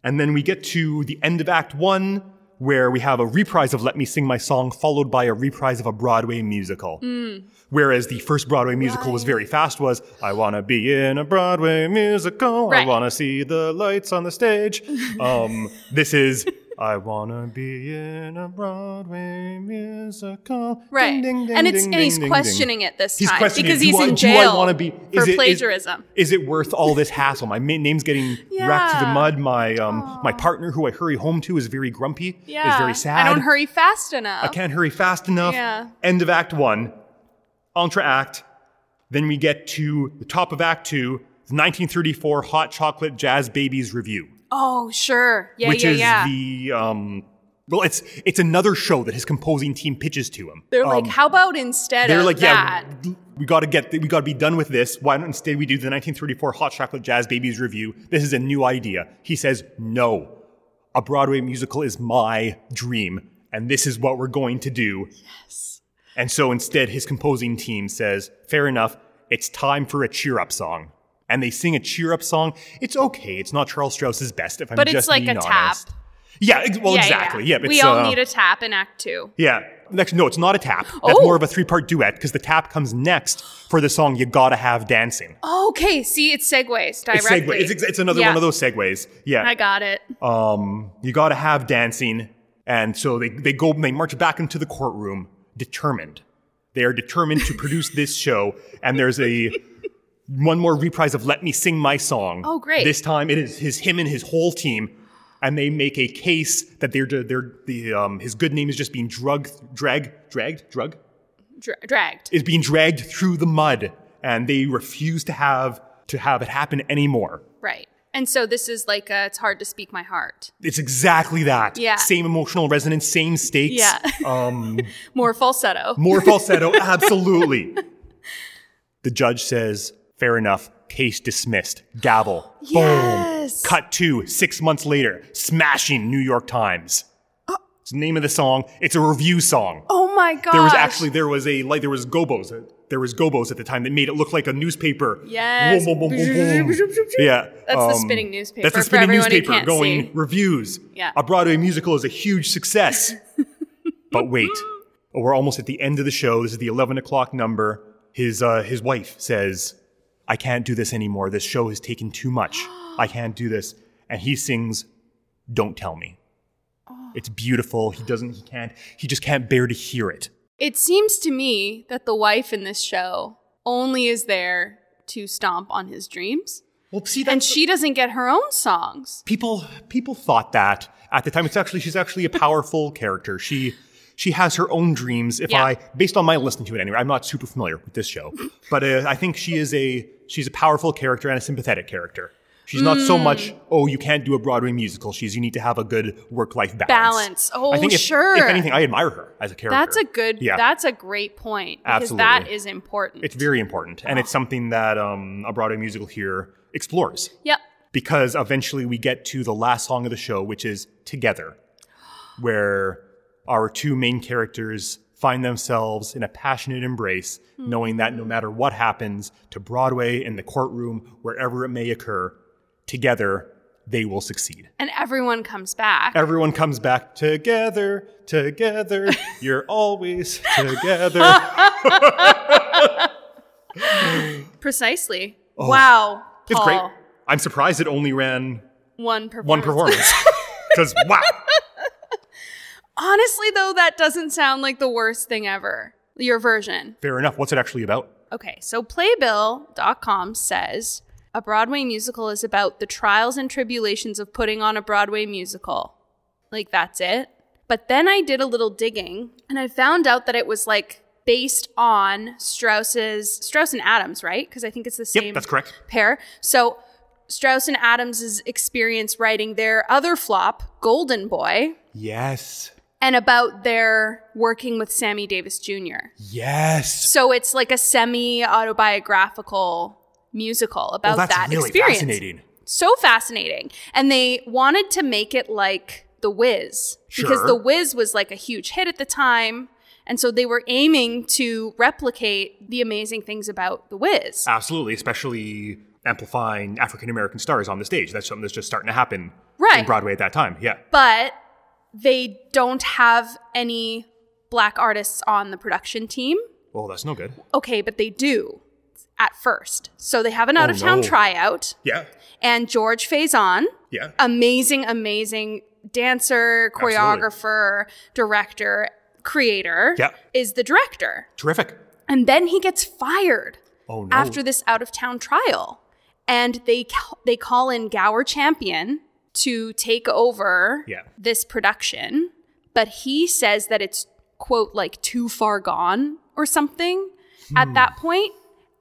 Speaker 1: and then we get to the end of Act One, where we have a reprise of "Let Me Sing My Song," followed by a reprise of a Broadway musical.
Speaker 2: Hmm.
Speaker 1: Whereas the first Broadway musical was very fast. Was I want to be in a Broadway musical? I
Speaker 2: Right.
Speaker 1: want to see the lights on the stage. Um, this is. I wanna be in a Broadway musical. Ding,
Speaker 2: right,
Speaker 1: ding, ding,
Speaker 2: and it's
Speaker 1: ding,
Speaker 2: and he's
Speaker 1: ding, ding, ding.
Speaker 2: questioning it this
Speaker 1: He's
Speaker 2: time
Speaker 1: questioning
Speaker 2: because
Speaker 1: do
Speaker 2: he's
Speaker 1: I-
Speaker 2: in
Speaker 1: do I
Speaker 2: jail
Speaker 1: wanna be-
Speaker 2: for
Speaker 1: is it- is-
Speaker 2: plagiarism.
Speaker 1: Is, it worth all this hassle? My ma- name's getting wrapped to the
Speaker 2: Yeah.
Speaker 1: mud. My um, my partner, who I hurry home to, is very grumpy.
Speaker 2: yeah,
Speaker 1: is very sad.
Speaker 2: I don't hurry fast enough.
Speaker 1: I can't hurry fast enough.
Speaker 2: Yeah.
Speaker 1: End of Act One, entre Act. Then we get to the top of Act Two, the 1934 Hot Chocolate Jazz Babies review,
Speaker 2: Oh, sure. Yeah,
Speaker 1: which
Speaker 2: yeah,
Speaker 1: is
Speaker 2: yeah.
Speaker 1: the um, well, it's it's another show that his composing team pitches to him. Um,
Speaker 2: they're like, how about instead
Speaker 1: They're
Speaker 2: of
Speaker 1: like,
Speaker 2: that?
Speaker 1: yeah, we got to get, we got to be done with this. Why don't instead we do the 1934 Hot Chocolate Jazz Babies review? This is a new idea. He says, no, a Broadway musical is my dream, and this is what we're going to do. Yes. And so instead, his composing team says, fair enough. it's time for a cheer up song. And they sing a cheer up song. It's okay. It's not Charles Strauss's best, if I'm
Speaker 2: But it's
Speaker 1: just
Speaker 2: like a
Speaker 1: being
Speaker 2: tap.
Speaker 1: honest. Yeah, ex- well, exactly. Yeah,
Speaker 2: we
Speaker 1: it's,
Speaker 2: all
Speaker 1: uh,
Speaker 2: need a tap in Act Two.
Speaker 1: Yeah. Next, no, it's not a tap. That's
Speaker 2: Oh.
Speaker 1: more of a three part duet because the tap comes next for the song You Gotta Have Dancing.
Speaker 2: Okay, see, it segues
Speaker 1: It's
Speaker 2: directly.
Speaker 1: segue. It's, ex- it's another
Speaker 2: Yeah.
Speaker 1: one of those segues. Yeah.
Speaker 2: I got it.
Speaker 1: um, you got to have dancing. And so they, they go and they march back into the courtroom determined. They are determined to produce this show. And there's a one more reprise of Let Me Sing My Song.
Speaker 2: Oh, great.
Speaker 1: This time it is his him and his whole team. And they make a case that they're, they're the um, his good name is just being drug drag dragged drug
Speaker 2: Dra- dragged.
Speaker 1: is being dragged through the mud, and they refuse to have to have it happen anymore.
Speaker 2: Right. And so this is like a, it's hard to speak my heart.
Speaker 1: It's exactly that.
Speaker 2: Yeah.
Speaker 1: Same emotional resonance, same stakes.
Speaker 2: Yeah.
Speaker 1: Um,
Speaker 2: More falsetto.
Speaker 1: more falsetto, absolutely. The judge says, fair enough, case dismissed. Gavel.
Speaker 2: Yes.
Speaker 1: Boom. Cut to six months later, smashing New York Times.
Speaker 2: Uh
Speaker 1: It's the name of the song. It's a review song.
Speaker 2: Oh my god.
Speaker 1: There was actually there was a like there was gobos uh, there was gobos at the time that made it look like a newspaper.
Speaker 2: Yes.
Speaker 1: Boom, boom, boom, boom, boom. yeah. um,
Speaker 2: That's the spinning newspaper
Speaker 1: That's the
Speaker 2: for
Speaker 1: spinning
Speaker 2: everyone who
Speaker 1: newspaper
Speaker 2: can't
Speaker 1: going
Speaker 2: see.
Speaker 1: reviews.
Speaker 2: Yeah.
Speaker 1: A Broadway musical is a huge success. but wait, we're almost at the end of the show. This is the eleven o'clock number. His uh, his wife says, "I can't do this anymore. This show has taken too much. I can't do this." And he sings, "Don't tell me."
Speaker 2: Oh.
Speaker 1: It's beautiful. He doesn't. He can't. He just can't bear to hear it.
Speaker 2: It seems to me that the wife in this show only is there to stomp on his dreams,
Speaker 1: Well, see,
Speaker 2: and
Speaker 1: that's
Speaker 2: she doesn't get her own songs.
Speaker 1: people. People thought that at the time. It's actually she's actually a powerful character. She she has her own dreams. If
Speaker 2: Yeah.
Speaker 1: I, based on my listening to it anyway, I'm not super familiar with this show, but uh, I think she is a she's a powerful character and a sympathetic character. She's not
Speaker 2: Hmm.
Speaker 1: so much oh you can't do a Broadway musical. She's you need to have a good work life balance.
Speaker 2: Balance. Oh,
Speaker 1: I think if,
Speaker 2: sure.
Speaker 1: If anything, I admire her as a character.
Speaker 2: That's a good.
Speaker 1: Yeah.
Speaker 2: That's a great point because that
Speaker 1: Absolutely.
Speaker 2: is important.
Speaker 1: it's very important, and it's something that um, a Broadway musical here explores.
Speaker 2: yep.
Speaker 1: because eventually we get to the last song of the show, which is Together, where our two main characters find themselves in a passionate embrace, knowing that no matter what happens to Broadway, in the courtroom, wherever it may occur, together they will succeed.
Speaker 2: And everyone comes back.
Speaker 1: Everyone comes back together, together, you're always together.
Speaker 2: Precisely. Wow.
Speaker 1: Oh. It's
Speaker 2: Paul,
Speaker 1: great. I'm surprised it only ran
Speaker 2: One performance.
Speaker 1: one performance. Because, wow.
Speaker 2: Honestly, though, that doesn't sound like the worst thing ever. Your version.
Speaker 1: Fair enough. What's it actually about?
Speaker 2: Okay, so Playbill.com says a Broadway musical is about the trials and tribulations of putting on a Broadway musical. Like, that's it. But then I did a little digging and I found out that it was like based on Strauss's, Strauss and Adams, right? Because I think it's the same
Speaker 1: Yep, that's correct.
Speaker 2: pair. So Strauss and Adams' experience writing their other flop, Golden Boy,
Speaker 1: Yes.
Speaker 2: and about their working with Sammy Davis Jr.
Speaker 1: Yes.
Speaker 2: So it's like a semi autobiographical musical about
Speaker 1: Well, that's
Speaker 2: that
Speaker 1: really
Speaker 2: experience.
Speaker 1: fascinating.
Speaker 2: So fascinating. And they wanted to make it like The Wiz because
Speaker 1: Sure.
Speaker 2: The Wiz was like a huge hit at the time. And so they were aiming to replicate the amazing things about The Wiz.
Speaker 1: Absolutely, especially amplifying African American stars on the stage. That's something that's just starting to happen
Speaker 2: Right.
Speaker 1: in Broadway at that time. Yeah.
Speaker 2: but they don't have any black artists on the production team.
Speaker 1: Well, that's no good.
Speaker 2: Okay, but they do at first. So they have an out of town
Speaker 1: Oh, no.
Speaker 2: tryout,
Speaker 1: Yeah.
Speaker 2: and George Faison.
Speaker 1: Yeah.
Speaker 2: amazing, amazing dancer, choreographer, director, creator
Speaker 1: Yeah.
Speaker 2: is the director.
Speaker 1: Terrific.
Speaker 2: And then he gets fired
Speaker 1: Oh no.
Speaker 2: after this out of town trial. And they ca- they call in Gower Champion to take over
Speaker 1: Yeah.
Speaker 2: this production, but he says that it's quote like too far gone or something
Speaker 1: Hmm.
Speaker 2: at that point.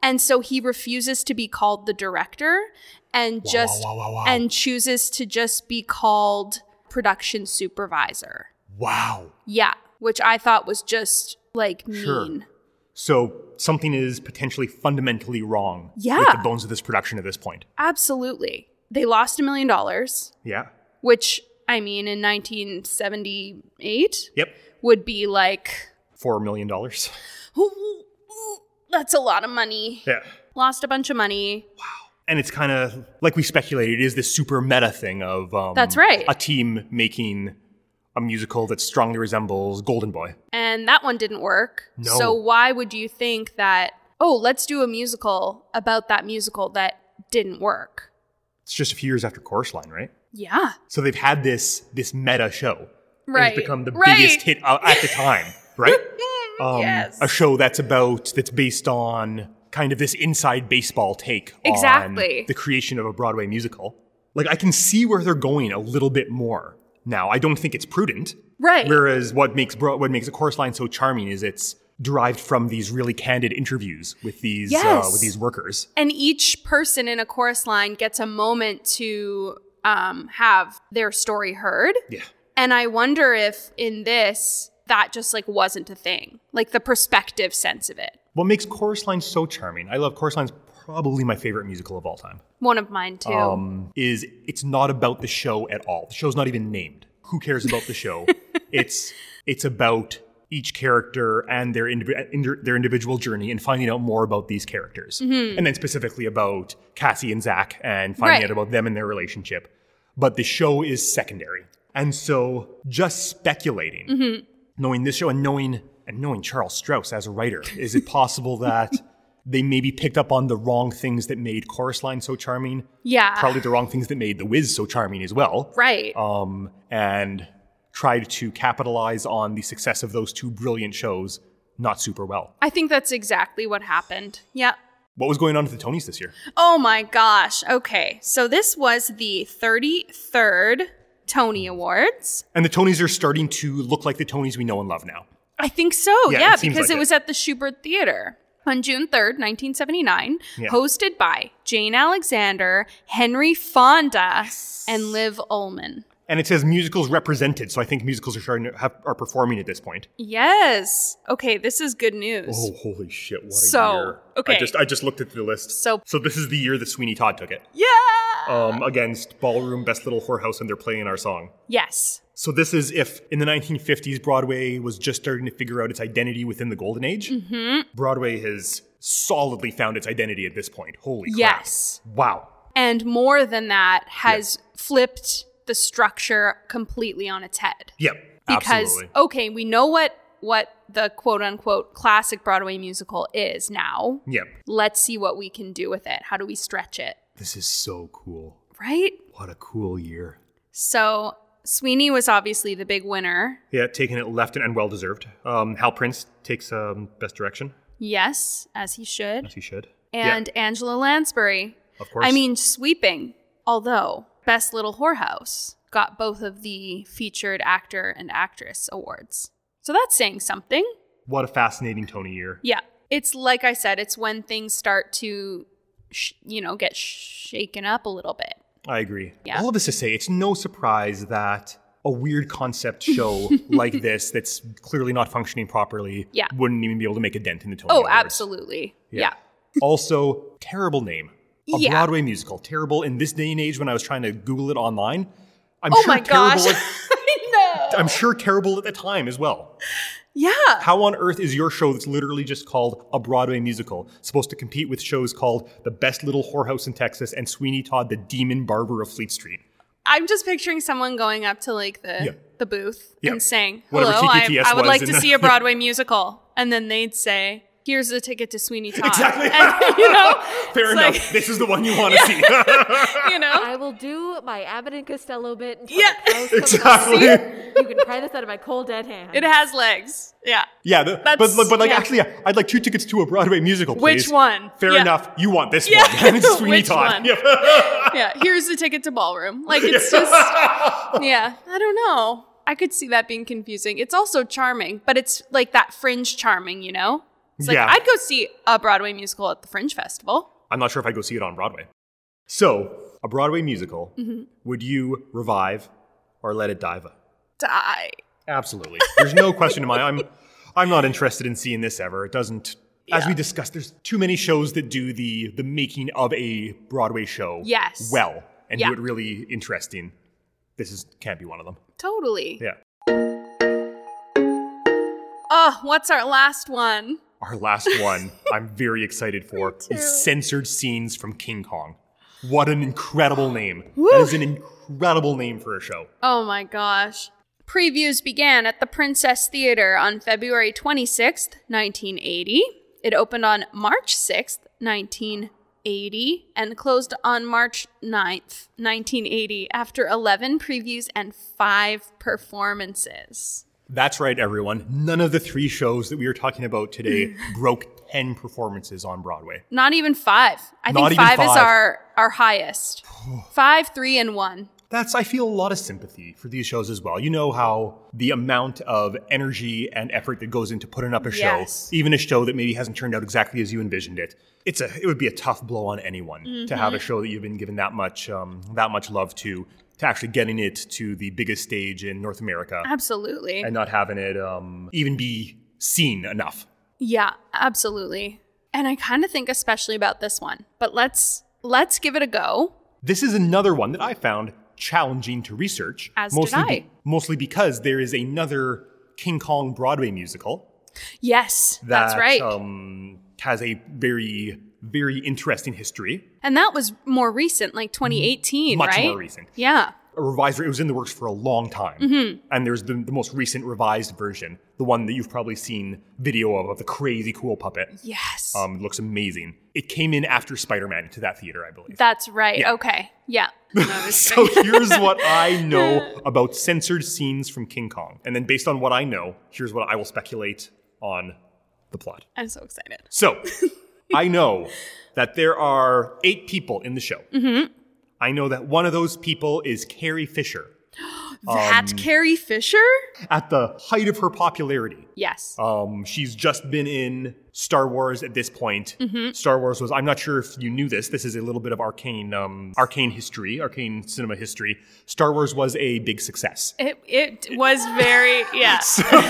Speaker 2: And so he refuses to be called the director and just
Speaker 1: wow, wow, wow.
Speaker 2: and chooses to just be called production supervisor.
Speaker 1: wow.
Speaker 2: Yeah, which I thought was just like mean.
Speaker 1: Sure. So something is potentially fundamentally wrong with
Speaker 2: Yeah.
Speaker 1: the bones of this production at this point.
Speaker 2: Absolutely. They lost a million dollars,
Speaker 1: Yeah.
Speaker 2: which I mean in 1978
Speaker 1: Yep.
Speaker 2: would be like
Speaker 1: Four million dollars.
Speaker 2: That's a lot of money.
Speaker 1: Yeah.
Speaker 2: Lost a bunch of money.
Speaker 1: And it's kind of like we speculated, it is this super meta thing of um,
Speaker 2: That's right.
Speaker 1: a team making a musical that strongly resembles Golden Boy.
Speaker 2: And that one didn't work.
Speaker 1: No.
Speaker 2: So why would you think that, oh, let's do a musical about that musical that didn't work?
Speaker 1: It's just a few years after Chorus Line, right?
Speaker 2: Yeah.
Speaker 1: So they've had this this meta show. And
Speaker 2: Right.
Speaker 1: it's become the
Speaker 2: Right. Mm-hmm.
Speaker 1: biggest hit uh, at the time, right? Um,
Speaker 2: Yes.
Speaker 1: A show that's about that's based on kind of this inside baseball take
Speaker 2: Exactly.
Speaker 1: on the creation of a Broadway musical. Like I can see where they're going a little bit more now. I don't think it's prudent,
Speaker 2: Right.
Speaker 1: Whereas what makes Bro- what makes a chorus line so charming is it's derived from these really candid interviews with these uh,
Speaker 2: Yes.
Speaker 1: with these workers.
Speaker 2: And each person in a chorus line gets a moment to um, have their story heard.
Speaker 1: Yeah,
Speaker 2: And I wonder if in this, that just like wasn't a thing, like the perspective sense of it.
Speaker 1: what makes chorus line so charming? I love chorus lines. Probably my favorite musical of all time.
Speaker 2: One of mine too.
Speaker 1: um, is it's not about the show at all. The show's not even named. Who cares about the show? it's it's about each character and their indiv- inter- their individual journey and finding out more about these characters, and then specifically about Cassie and Zach and finding
Speaker 2: Mm-hmm. Right.
Speaker 1: out about them and their relationship. But the show is secondary, and so just speculating,
Speaker 2: Mm-hmm.
Speaker 1: knowing this show and knowing and knowing Charles Strauss as a writer, is it possible that? They maybe picked up on the wrong things that made Chorus Line so charming,
Speaker 2: yeah.
Speaker 1: probably the wrong things that made The Wiz so charming as well.
Speaker 2: right.
Speaker 1: Um, and tried to capitalize on the success of those two brilliant shows, not super well.
Speaker 2: I think that's exactly what happened. Yeah.
Speaker 1: What was going on at the Tonys this year?
Speaker 2: Oh my gosh. Okay. So this was the 33rd
Speaker 1: Hmm.
Speaker 2: Tony Awards.
Speaker 1: And the Tonys are starting to look like the Tonys we know and love now.
Speaker 2: I think so.
Speaker 1: Yeah,
Speaker 2: Yeah,
Speaker 1: it seems
Speaker 2: because
Speaker 1: like
Speaker 2: it
Speaker 1: it.
Speaker 2: was at the Schubert Theater on June 3rd, 1979, hosted by Jane Alexander, Henry Fonda, and Liv Ullman.
Speaker 1: And it says musicals represented, so I think musicals are starting to have, are performing at this point.
Speaker 2: Yes. Okay, this is good news.
Speaker 1: Oh, holy shit! What a
Speaker 2: So,
Speaker 1: year! I
Speaker 2: okay.
Speaker 1: just I just looked at the list.
Speaker 2: So-
Speaker 1: so this is the year that Sweeney Todd took it
Speaker 2: Yeah.
Speaker 1: um, against Ballroom, Best Little Whorehouse, and they're playing our song.
Speaker 2: Yes.
Speaker 1: So this is if in the 1950s Broadway was just starting to figure out its identity within the golden age.
Speaker 2: Mm-hmm.
Speaker 1: Broadway has solidly found its identity at this point. Holy crap.
Speaker 2: Yes.
Speaker 1: Wow.
Speaker 2: And more than that has flipped the structure completely on its head.
Speaker 1: Yep.
Speaker 2: because
Speaker 1: absolutely.
Speaker 2: okay, we know what what the quote unquote classic Broadway musical is now.
Speaker 1: Yep.
Speaker 2: Let's see what we can do with it. How do we stretch it?
Speaker 1: This is so cool.
Speaker 2: Right?
Speaker 1: What a cool year.
Speaker 2: So Sweeney was obviously the big winner.
Speaker 1: Yeah, taking it left and well deserved. Um, Hal Prince takes um, best direction,
Speaker 2: Yes, as he should.
Speaker 1: as he should. Yeah,
Speaker 2: And Angela Lansbury.
Speaker 1: of course.
Speaker 2: I mean, sweeping. Although Best Little Whorehouse got both of the featured actor and actress awards. So that's saying something.
Speaker 1: what a fascinating Tony year.
Speaker 2: Yeah. It's like I said, it's when things start to, sh- you know, get shaken up a little bit.
Speaker 1: I agree.
Speaker 2: Yeah.
Speaker 1: All of this to say, it's no surprise that a weird concept show like this, that's clearly not functioning properly,
Speaker 2: Yeah.
Speaker 1: wouldn't even be able to make a dent in the Tony.
Speaker 2: Oh,
Speaker 1: Awards.
Speaker 2: absolutely. Yeah.
Speaker 1: also, terrible name. A
Speaker 2: Yeah.
Speaker 1: Broadway musical. Terrible in this day and age when I was trying to Google it online. I'm
Speaker 2: Oh
Speaker 1: sure
Speaker 2: my gosh.
Speaker 1: terrible
Speaker 2: I
Speaker 1: At,
Speaker 2: know.
Speaker 1: I'm sure terrible at the time as well.
Speaker 2: Yeah.
Speaker 1: How on earth is your show that's literally just called a Broadway musical supposed to compete with shows called The Best Little Whorehouse in Texas and Sweeney Todd, the Demon Barber of Fleet Street?
Speaker 2: I'm just picturing someone going up to like the
Speaker 1: Yeah.
Speaker 2: the booth
Speaker 1: Yeah.
Speaker 2: and saying,
Speaker 1: Whatever
Speaker 2: "Hello, I,
Speaker 1: TTTS
Speaker 2: I would
Speaker 1: was
Speaker 2: like
Speaker 1: in
Speaker 2: to
Speaker 1: the-
Speaker 2: see a Broadway musical," and then they'd say, "Here's a ticket to Sweeney Todd."
Speaker 1: Exactly.
Speaker 2: And, you know,
Speaker 1: Fair
Speaker 2: it's
Speaker 1: enough.
Speaker 2: like,
Speaker 1: this is the one you want to see.
Speaker 2: you know,
Speaker 3: I will do my Abbott and Costello bit until
Speaker 2: Yeah.
Speaker 3: the cows come
Speaker 1: Exactly.
Speaker 3: out. You can pry this out of my cold dead hand.
Speaker 2: it has legs. Yeah.
Speaker 1: yeah, the, but
Speaker 2: That's-
Speaker 1: but like
Speaker 2: yeah.
Speaker 1: actually, yeah, I'd like two tickets to a Broadway musical.
Speaker 2: Which
Speaker 1: please.
Speaker 2: one?
Speaker 1: Fair
Speaker 2: Yeah.
Speaker 1: enough. You want this
Speaker 2: Yeah.
Speaker 1: one? It's Sweeney
Speaker 2: Which
Speaker 1: Todd.
Speaker 2: one?
Speaker 1: Yep.
Speaker 2: yeah, here's the ticket to ballroom. Like it's just Yeah, I don't know. I could see that being confusing. It's also charming, but it's like that fringe charming, you know? It's like
Speaker 1: Yeah.
Speaker 2: I'd go see a Broadway musical at the Fringe Festival.
Speaker 1: I'm not sure if I go see it on Broadway. So, a Broadway musical,
Speaker 2: Mm-hmm.
Speaker 1: would you revive or let it dive?
Speaker 2: Die.
Speaker 1: Absolutely. There's no question in my I'm I'm not interested in seeing this ever. It doesn't as we discussed, there's too many shows that do the the making of a Broadway show
Speaker 2: Yes.
Speaker 1: well and
Speaker 2: Yeah.
Speaker 1: do it really interesting. This is can't be one of them.
Speaker 2: Totally.
Speaker 1: Yeah.
Speaker 2: Oh, what's our last one?
Speaker 1: Our last one, I'm very excited for, is Censored Scenes from King Kong. What an incredible name. That is an incredible name for a show.
Speaker 2: Oh my gosh. Previews began at the Princess Theater on February 26th, 1980. It opened on March 6th, 1980, and closed on March 9th, 1980, after 11 previews and five performances.
Speaker 1: That's right, everyone. None of the three shows that we are talking about today broke 10 performances on Broadway.
Speaker 2: Not even five. I
Speaker 1: Not
Speaker 2: think
Speaker 1: even
Speaker 2: five, is
Speaker 1: five.
Speaker 2: our, our highest. five, three, and one.
Speaker 1: That's, I feel a lot of sympathy for these shows as well. You know how the amount of energy and effort that goes into putting up a show,
Speaker 2: Yes.
Speaker 1: even a show that maybe hasn't turned out exactly as you envisioned it, it's a, it would be a tough blow on anyone to have a
Speaker 2: Mm-hmm.
Speaker 1: show that you've been given that much, um, that much love to, to actually getting it to the biggest stage in North America
Speaker 2: Absolutely.
Speaker 1: and not having it um, even be seen enough.
Speaker 2: Yeah, absolutely. And I kind of think especially about this one. But let's let's give it a go.
Speaker 1: This is another one that I found challenging to research.
Speaker 2: As did
Speaker 1: mostly
Speaker 2: I.
Speaker 1: mostly because there is another King Kong Broadway musical
Speaker 2: Yes,
Speaker 1: that
Speaker 2: that's right.
Speaker 1: um, has a very, very interesting history.
Speaker 2: and that was more recent, like 2018,
Speaker 1: Much
Speaker 2: right?
Speaker 1: more recent.
Speaker 2: Yeah.
Speaker 1: A revised, it was in the works for a long time.
Speaker 2: Mm-hmm.
Speaker 1: And there's the, the most recent revised version, the one that you've probably seen video of, of the crazy cool puppet.
Speaker 2: Yes.
Speaker 1: Um, it looks amazing. It came in after Spider Man to that theater, I believe.
Speaker 2: that's right.
Speaker 1: yeah.
Speaker 2: Okay. Yeah.
Speaker 1: So here's what I know about censored scenes from King Kong. And then based on what I know, here's what I will speculate on the plot.
Speaker 2: I'm so excited.
Speaker 1: So I know that there are eight people in the show. I know that one of those people is Carrie Fisher Um,
Speaker 2: that Carrie Fisher?
Speaker 1: at the height of her popularity.
Speaker 2: Yes.
Speaker 1: Um, she's just been in Star Wars at this point. Star Wars was, I'm not sure if you knew this. This is a little bit of arcane, um, arcane history, arcane cinema history. Star Wars was a big success.
Speaker 2: it it was very yeah.
Speaker 1: Star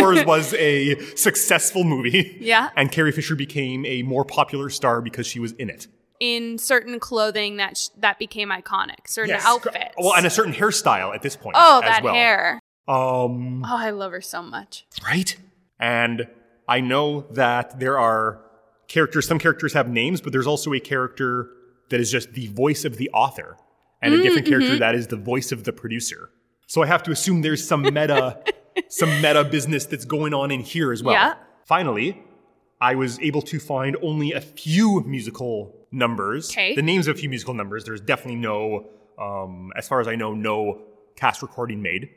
Speaker 1: Wars was a successful movie.
Speaker 2: Yeah.
Speaker 1: And Carrie Fisher became a more popular star because she was in it.
Speaker 2: In certain clothing that sh- that became iconic, certain outfits.
Speaker 1: Well, and a certain hairstyle at this point.
Speaker 2: oh,
Speaker 1: as
Speaker 2: that
Speaker 1: well.
Speaker 2: hair.
Speaker 1: Um,
Speaker 2: Oh, I love her so much.
Speaker 1: right? And I know that there are characters, some characters have names, but there's also a character that is just the voice of the author, and a different character that is the voice of the producer. So I have to assume there's some meta, some meta business that's going on in here as well.
Speaker 2: Yeah.
Speaker 1: Finally, I was able to find only a few musical numbers.
Speaker 2: 'Kay.
Speaker 1: The names of a few musical numbers. There's definitely no, um, as far as I know, no cast recording made.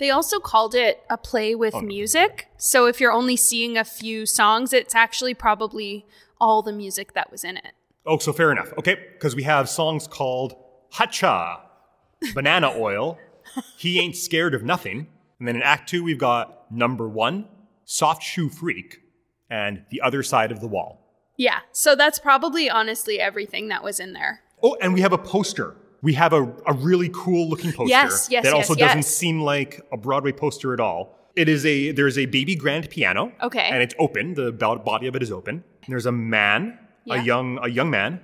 Speaker 2: They also called it a play with
Speaker 1: Oh,
Speaker 2: music. So if you're only seeing a few songs, it's actually probably all the music that was in it.
Speaker 1: Oh, so fair enough. Okay, because we have songs called Hacha, Banana Oil, He Ain't Scared of Nothing. And then in Act Two, we've got Number One, Soft Shoe Freak, and The Other Side of the Wall.
Speaker 2: Yeah. So that's probably honestly everything that was in there.
Speaker 1: Oh, and we have a poster. We have a, a really cool looking poster
Speaker 2: Yes, yes,
Speaker 1: that
Speaker 2: yes,
Speaker 1: also doesn't
Speaker 2: yes.
Speaker 1: seem like a Broadway poster at all. It is a there's a baby grand piano.
Speaker 2: Okay.
Speaker 1: And it's open. The bo- body of it is open. There's a man,
Speaker 2: Yeah.
Speaker 1: a young a young man,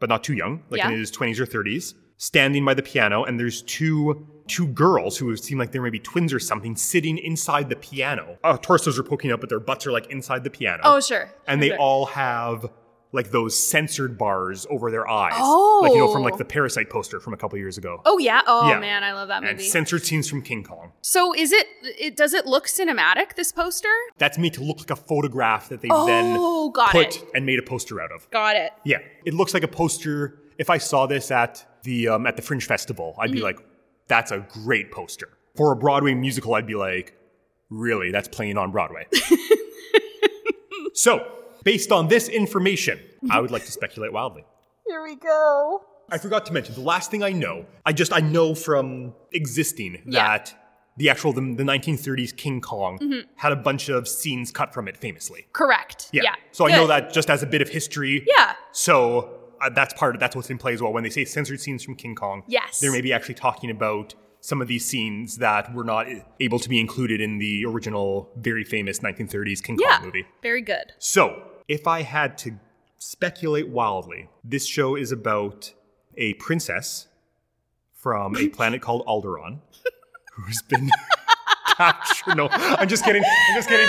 Speaker 1: but not too young, like in
Speaker 2: Yeah.
Speaker 1: his 20s or 30s, standing by the piano and there's two two girls who seem like they're maybe twins or something sitting inside the piano. Uh, torsos are poking up, but their butts are like inside the piano
Speaker 2: Oh, sure.
Speaker 1: and they
Speaker 2: Okay.
Speaker 1: all have like those censored bars over their eyes. Like you know from
Speaker 2: Oh.
Speaker 1: like the Parasite poster from a couple years ago.
Speaker 2: Oh yeah. Oh
Speaker 1: Yeah.
Speaker 2: man, I love that
Speaker 1: and
Speaker 2: movie.
Speaker 1: censored scenes from King Kong.
Speaker 2: so is it it does it look cinematic this poster?
Speaker 1: That's made to look like a photograph that they
Speaker 2: Oh,
Speaker 1: then
Speaker 2: got
Speaker 1: put
Speaker 2: it.
Speaker 1: and made a poster out of.
Speaker 2: Got it.
Speaker 1: Yeah. It looks like a poster. If I saw this at the um, at the Fringe Festival, I'd
Speaker 2: Mm-hmm.
Speaker 1: be like, that's a great poster. For a Broadway musical, I'd be like, really, that's playing on Broadway. so, based on this information, I would like to speculate wildly.
Speaker 2: Here we go.
Speaker 1: I forgot to mention the last thing I know. I just I know from existing
Speaker 2: Yeah. Mm-hmm.
Speaker 1: that the actual the, the 1930s King Kong had a bunch of scenes cut from it famously.
Speaker 2: Correct. Yeah.
Speaker 1: So I know
Speaker 2: Good.
Speaker 1: that Oh, just as a bit of history.
Speaker 2: Yeah.
Speaker 1: So uh, that's part of that's what's in play as well. When they say censored scenes from King Kong,
Speaker 2: Yes.
Speaker 1: they're maybe actually talking about some of these scenes that were not eh, able to be included in the original, very famous 1930s King
Speaker 2: Yeah.
Speaker 1: Kong movie.
Speaker 2: Very good.
Speaker 1: So, if I had to speculate wildly, this show is about a princess from a planet called Alderaan who's been captured. No, I'm just kidding. I'm just kidding.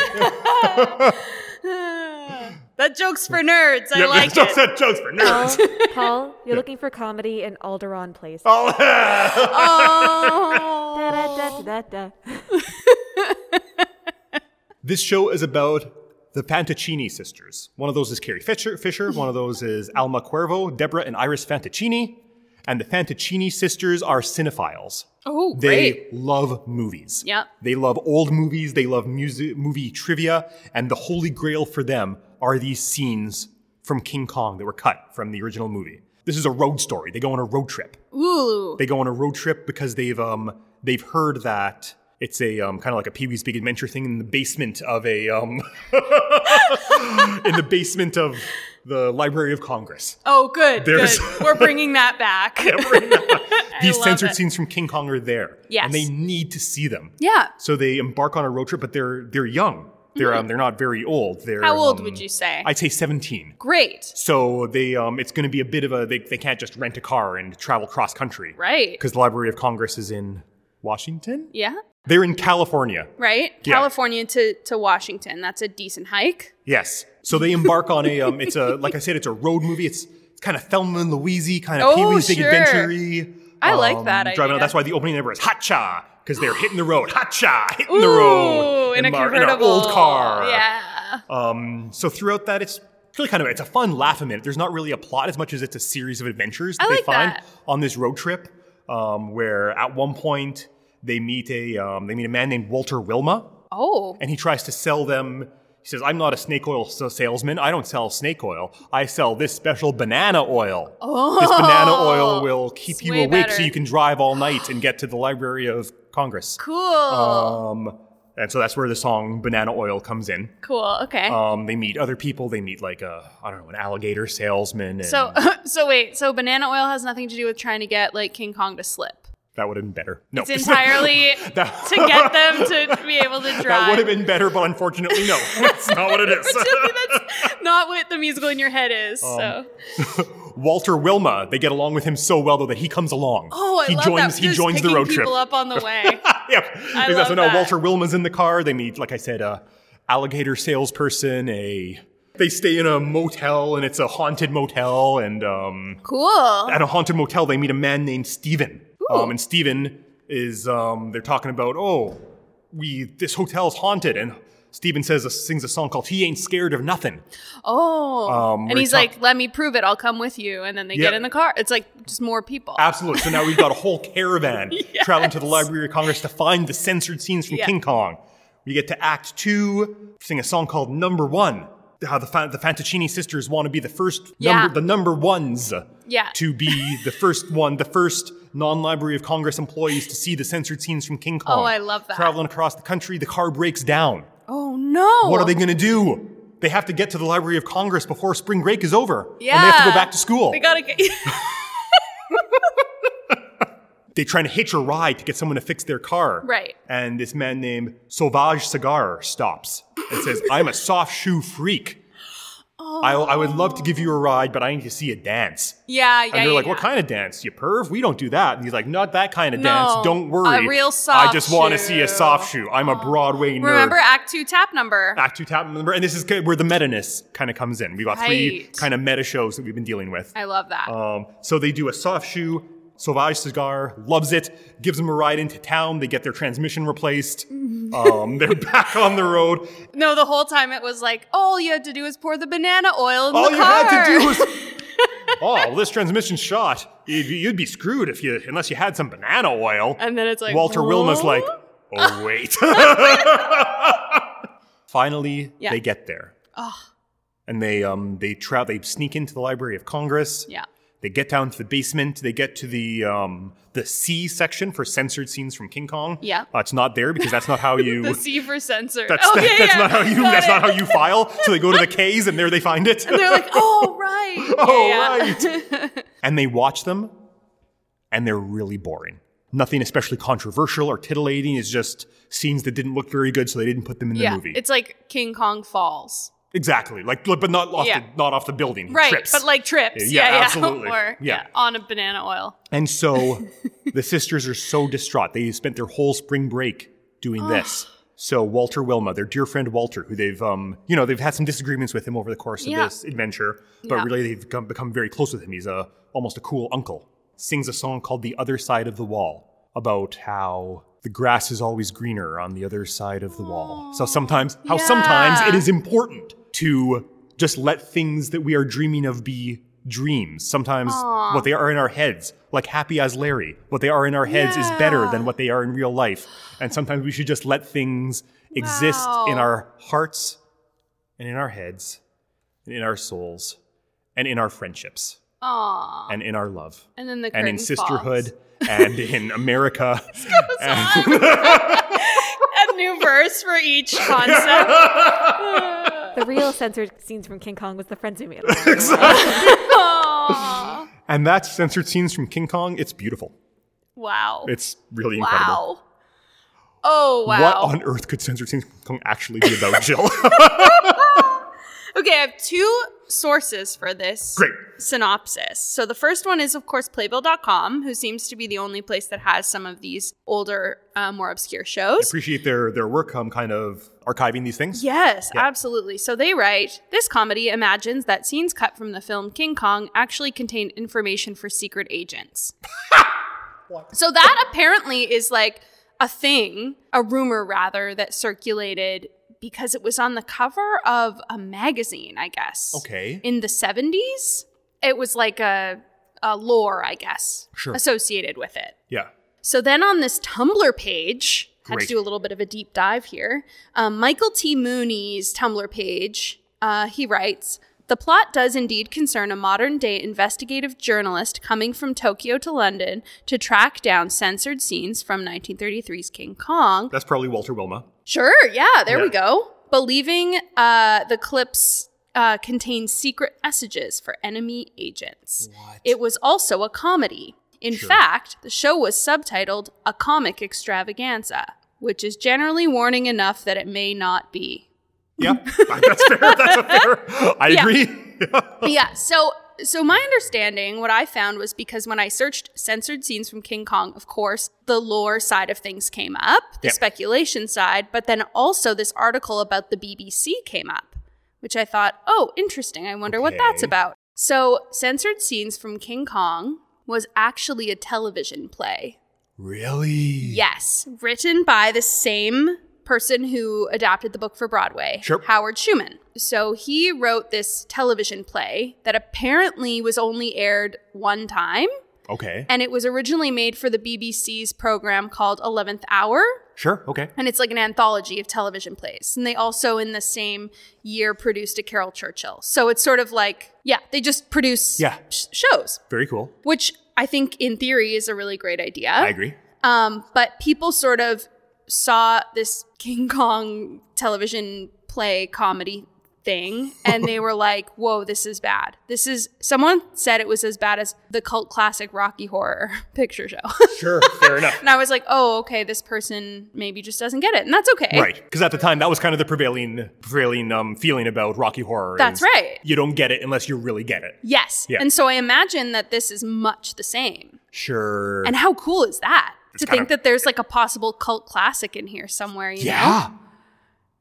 Speaker 2: That joke's for nerds. I
Speaker 1: Yep,
Speaker 2: like
Speaker 1: jokes-
Speaker 2: it.
Speaker 1: jokes for nerds.
Speaker 3: Paul, you're looking for comedy in Alderon Place.
Speaker 1: Oh.
Speaker 2: Oh.
Speaker 3: Da-da-da-da-da.
Speaker 1: This show is about the Fantaccini sisters. One of those is Carrie Fisher, Fisher one of those is Alma Cuervo, Deborah and Iris Fantaccini. And the Fantaccini sisters are cinephiles.
Speaker 2: Oh,
Speaker 1: They
Speaker 2: great.
Speaker 1: love movies.
Speaker 2: Yep.
Speaker 1: They love old movies, they love music, movie trivia, and the holy grail for them are these scenes from King Kong that were cut from the original movie. This is a road story. They go on a road trip
Speaker 2: Ooh.
Speaker 1: they go on a road trip because they've um they've heard that it's a um, kind of like a Pee Wee's Big Adventure thing in the basement of a um in the basement of the Library of Congress.
Speaker 2: Oh, good.
Speaker 1: There's-
Speaker 2: Good. We're bringing that back.
Speaker 1: These
Speaker 2: love
Speaker 1: censored
Speaker 2: it.
Speaker 1: scenes from King Kong are there,
Speaker 2: Yes.
Speaker 1: and they need to see them.
Speaker 2: Yeah.
Speaker 1: So they embark on a road trip, but they're they're young. They're um, they're not very old. They're
Speaker 2: Hmm. How old
Speaker 1: um,
Speaker 2: would you say?
Speaker 1: I'd say seventeen.
Speaker 2: great.
Speaker 1: So they um, it's going to be a bit of a they, they can't just rent a car and travel cross country,
Speaker 2: Right.
Speaker 1: Because the Library of Congress is in Washington.
Speaker 2: Yeah.
Speaker 1: They're in California.
Speaker 2: Right.
Speaker 1: Yeah.
Speaker 2: California to, to Washington. That's a decent hike.
Speaker 1: Yes. So they embark on a um it's a like I said, it's a road movie. It's it's kind of Thelma and Louise, kind of
Speaker 2: Oh,
Speaker 1: Pee Wee's Big
Speaker 2: sure.
Speaker 1: Adventure.
Speaker 2: I like that
Speaker 1: Driving out.
Speaker 2: idea.
Speaker 1: That's why the opening number is Hot Cha, because they're hitting the road. Hot Cha, hitting the road.
Speaker 2: Ooh, in a
Speaker 1: mar-
Speaker 2: convertible.
Speaker 1: In an old car.
Speaker 2: Yeah.
Speaker 1: Um, so throughout that, it's really kind of it's a fun laugh a minute. There's not really a plot as much as it's a series of adventures that
Speaker 2: I
Speaker 1: they
Speaker 2: like
Speaker 1: find
Speaker 2: that.
Speaker 1: on this road trip, um, where at one point they meet a um, they meet a man named Walter Wilma.
Speaker 2: Oh.
Speaker 1: and he tries to sell them. He says, "I'm not a snake oil s- salesman. I don't sell snake oil. I sell this special banana oil. This banana oil will keep
Speaker 2: It's
Speaker 1: you
Speaker 2: Oh, way
Speaker 1: awake so
Speaker 2: better.
Speaker 1: you can drive all night and get to the Library of Congress."
Speaker 2: Cool.
Speaker 1: Um, and so that's where the song "Banana Oil" comes in.
Speaker 2: cool. Okay.
Speaker 1: Um, they meet other people. They meet like a I don't know an alligator salesman. And
Speaker 2: so so wait. So banana oil has nothing to do with trying to get like King Kong to slip.
Speaker 1: that would have been better. No,
Speaker 2: It's entirely
Speaker 1: That-
Speaker 2: to get them to be able to drive.
Speaker 1: that would have been better, but unfortunately, no. That's not what it is.
Speaker 2: That's not what the musical in your head is.
Speaker 1: Um,
Speaker 2: so
Speaker 1: Walter Wilma. They get along with him so well though that he comes along.
Speaker 2: oh, I
Speaker 1: he
Speaker 2: love
Speaker 1: joins
Speaker 2: that.
Speaker 1: he
Speaker 2: Just
Speaker 1: joins the
Speaker 2: picking
Speaker 1: road trip.
Speaker 2: people up on the way.
Speaker 1: yep. Exactly.
Speaker 2: love
Speaker 1: so now
Speaker 2: that.
Speaker 1: Walter Wilma's in the car. They meet, like I said, a alligator salesperson. A they stay in a motel and it's a haunted motel. And um,
Speaker 2: cool.
Speaker 1: at a haunted motel, they meet a man named Steven. Um, and Steven is um, they're talking about oh we this hotel's haunted and. Steven says sings a song called "He Ain't Scared of Nothing."
Speaker 2: Oh,
Speaker 1: Um,
Speaker 2: and
Speaker 1: we're
Speaker 2: he's
Speaker 1: talk-
Speaker 2: like, "Let me prove it. I'll come with you." And then they
Speaker 1: Yep.
Speaker 2: get in the car. It's like just more people.
Speaker 1: Absolutely. So now we've got a whole caravan traveling to the Library of Congress to find the censored scenes from
Speaker 2: Yeah.
Speaker 1: King Kong. We get to Act Two, sing a song called Number One. How the, Fa- the Fantaccini sisters want to be the first
Speaker 2: Yeah.
Speaker 1: number, the number ones
Speaker 2: Yeah.
Speaker 1: to be the first one, the first non-Library of Congress employees to see the censored scenes from King Kong.
Speaker 2: Oh, I love that.
Speaker 1: Traveling across the country, the car breaks down.
Speaker 2: oh no!
Speaker 1: What are they going to do? They have to get to the Library of Congress before spring break is over. And they have to go
Speaker 2: Yeah.
Speaker 1: back to school.
Speaker 2: They gotta get.
Speaker 1: they're trying to hitch a ride to get someone to fix their car.
Speaker 2: Right.
Speaker 1: And this man named Sauvage Cigar stops and says, I'm a soft shoe freak. I, I would love to give you a ride, but I need to see a dance.
Speaker 2: yeah, yeah.
Speaker 1: And they're
Speaker 2: yeah,
Speaker 1: like,
Speaker 2: yeah.
Speaker 1: what kind of dance? You perv? We don't do that. And he's like, not that kind of dance.
Speaker 2: No,
Speaker 1: Don't worry.
Speaker 2: a real
Speaker 1: I
Speaker 2: soft
Speaker 1: just want to
Speaker 2: shoe." Oh,
Speaker 1: see a soft shoe. I'm a Broadway nerd.
Speaker 2: Remember Act Two tap number.
Speaker 1: Act two tap number. And this is where the meta-ness kind of comes in. We've got three
Speaker 2: Right.
Speaker 1: kind of meta shows that we've been dealing with.
Speaker 2: I love that.
Speaker 1: Um, so they do a soft shoe. Sauvage Cigar loves it, gives them a ride into town. They get their transmission replaced. Um, they're back on the road.
Speaker 2: no, the whole time it was like, all you had to do is pour the banana oil in
Speaker 1: All
Speaker 2: the
Speaker 1: you
Speaker 2: car.
Speaker 1: had to do was, oh, well, this transmission's shot. You'd, you'd be screwed if you unless you had some banana oil.
Speaker 2: And then it's like
Speaker 1: Walter Wilma's
Speaker 2: "Whoa?"
Speaker 1: like, oh wait. Finally,
Speaker 2: Yeah.
Speaker 1: they get there. And they um they tra- they sneak into the Library of Congress.
Speaker 2: Yeah.
Speaker 1: They get down to the basement. They get to the um, the C section for censored scenes from King Kong.
Speaker 2: Yeah.
Speaker 1: uh, it's not there because that's not how you.
Speaker 2: the C for censored.
Speaker 1: that's
Speaker 2: okay,
Speaker 1: that- that's
Speaker 2: yeah,
Speaker 1: not how you.
Speaker 2: got
Speaker 1: That's
Speaker 2: it.
Speaker 1: not how you file. So they go to the K's and there they find it.
Speaker 2: And they're like, oh right,
Speaker 1: Oh,
Speaker 2: Yeah, yeah.
Speaker 1: right. and they watch them, and they're really boring. Nothing especially controversial or titillating. It's just scenes that didn't look very good, so they didn't put them in the
Speaker 2: yeah.
Speaker 1: movie.
Speaker 2: It's like King Kong Falls,
Speaker 1: exactly like, but not off
Speaker 2: Yeah.
Speaker 1: the not off the building. He
Speaker 2: right?
Speaker 1: trips.
Speaker 2: But like trips,
Speaker 1: Yeah,
Speaker 2: yeah, yeah,
Speaker 1: absolutely.
Speaker 2: or
Speaker 1: Yeah.
Speaker 2: on a banana oil.
Speaker 1: And so the sisters are so distraught. They spent their whole spring break doing this. So Walter Wilma, their dear friend Walter, who they've um, you know they've had some disagreements with him over the course of
Speaker 2: Yeah.
Speaker 1: this adventure, but
Speaker 2: Yeah.
Speaker 1: really they've become, become very close with him. He's a almost a cool uncle. Sings a song called "The Other Side of the Wall" about how the grass is always greener on the other side of the wall. So sometimes, how sometimes it
Speaker 2: Yeah.
Speaker 1: is important to just let things that we are dreaming of be dreams. Sometimes what they are in our heads, like Happy as Larry, what they are in our heads is better than what they are in real life. And sometimes we should just let things exist in
Speaker 2: Wow.
Speaker 1: our hearts and in our heads and in our souls and in our friendships
Speaker 2: Aw.
Speaker 1: and in our love
Speaker 2: And then the
Speaker 1: and in
Speaker 2: curtain
Speaker 1: sisterhood and in America.
Speaker 2: falls. A new verse for each concept.
Speaker 3: The real censored scenes from King Kong was the friends we made.
Speaker 2: Aw.
Speaker 1: And that's censored scenes from King Kong. It's beautiful.
Speaker 2: Wow.
Speaker 1: It's really incredible.
Speaker 2: wow. Oh
Speaker 1: What
Speaker 2: wow.
Speaker 1: on earth could censored scenes from King Kong actually be about, Jill?
Speaker 2: okay, I have two sources for this.
Speaker 1: Great.
Speaker 2: synopsis. So the first one is, of course, Playbill.com, who seems to be the only place that has some of these older, uh, more obscure shows.
Speaker 1: appreciate their their work um kind of archiving these things
Speaker 2: Yes, absolutely. So they write this comedy imagines that scenes cut from the film King Kong actually contained information for secret agents. so that apparently is like a thing, a rumor rather, that circulated because it was on the cover of a magazine, I guess.
Speaker 1: okay
Speaker 2: in the 70s it was like a, a lore i guess
Speaker 1: Sure.
Speaker 2: associated with it
Speaker 1: yeah
Speaker 2: so then on this tumblr page had to
Speaker 1: Great.
Speaker 2: do a little bit of a deep dive here um, michael t mooney's tumblr page uh, he writes the plot does indeed concern a modern day investigative journalist coming from Tokyo to London to track down censored scenes from 1933's King Kong
Speaker 1: that's probably walter wilma
Speaker 2: Sure. Yeah. There we
Speaker 1: Yeah.
Speaker 2: go. Believing uh, the clips uh, contain secret messages for enemy agents. It was also a comedy. In fact, the show was subtitled A Comic Extravaganza, which is generally warning enough that it may not be.
Speaker 1: yeah that's fair that's a fair i
Speaker 2: Yeah.
Speaker 1: agree
Speaker 2: yeah. So so my understanding, what I found was because when I searched censored scenes from King Kong, of course, the lore side of things came up, the
Speaker 1: Yeah.
Speaker 2: speculation side, but then also this article about the BBC came up, which I thought, oh, interesting. I wonder what that's
Speaker 1: Okay.
Speaker 2: about. So censored scenes from King Kong was actually a television play.
Speaker 1: really
Speaker 2: Yes, written by the same person who adapted the book for Broadway,
Speaker 1: Sure.
Speaker 2: Howard Schuman. So he wrote this television play that apparently was only aired one time,
Speaker 1: okay
Speaker 2: and it was originally made for the BBC's program called 11th Hour.
Speaker 1: sure okay
Speaker 2: And it's like an anthology of television plays. And they also, in the same year, produced a Carol Churchill. So it's sort of like, yeah, they just produce
Speaker 1: Yeah.
Speaker 2: sh- shows,
Speaker 1: very cool
Speaker 2: which I think in theory is a really great idea.
Speaker 1: i agree
Speaker 2: Um, but people sort of saw this King Kong television play comedy thing and they were like, whoa, this is bad. This is, someone said it was as bad as the cult classic Rocky Horror Picture Show.
Speaker 1: sure fair enough
Speaker 2: and I was like, oh, okay, this person maybe just doesn't get it. And that's okay.
Speaker 1: right because at the time that was kind of the prevailing prevailing um feeling about rocky horror
Speaker 2: That's
Speaker 1: is
Speaker 2: right.
Speaker 1: you don't get it unless you really get it
Speaker 2: Yes.
Speaker 1: Yeah.
Speaker 2: And so I imagine that this is much the same.
Speaker 1: sure
Speaker 2: And how cool is that?
Speaker 1: It's
Speaker 2: to think
Speaker 1: kind of-
Speaker 2: that there's like a possible cult classic in here somewhere, you know?
Speaker 1: yeah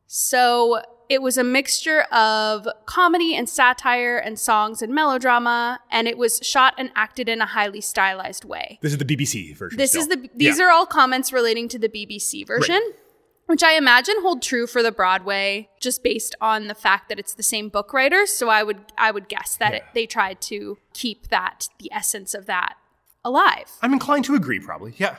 Speaker 2: So it was a mixture of comedy and satire and songs and melodrama, and it was shot and acted in a highly stylized way.
Speaker 1: this is the bbc version
Speaker 2: This
Speaker 1: still.
Speaker 2: is the these
Speaker 1: Yeah.
Speaker 2: are all comments relating to the BBC version. Which I imagine hold true for the Broadway, just based on the fact that it's the same book writer. So I would I would guess that it,
Speaker 1: Yeah.
Speaker 2: they tried to keep that the essence of that alive.
Speaker 1: i'm inclined to agree probably yeah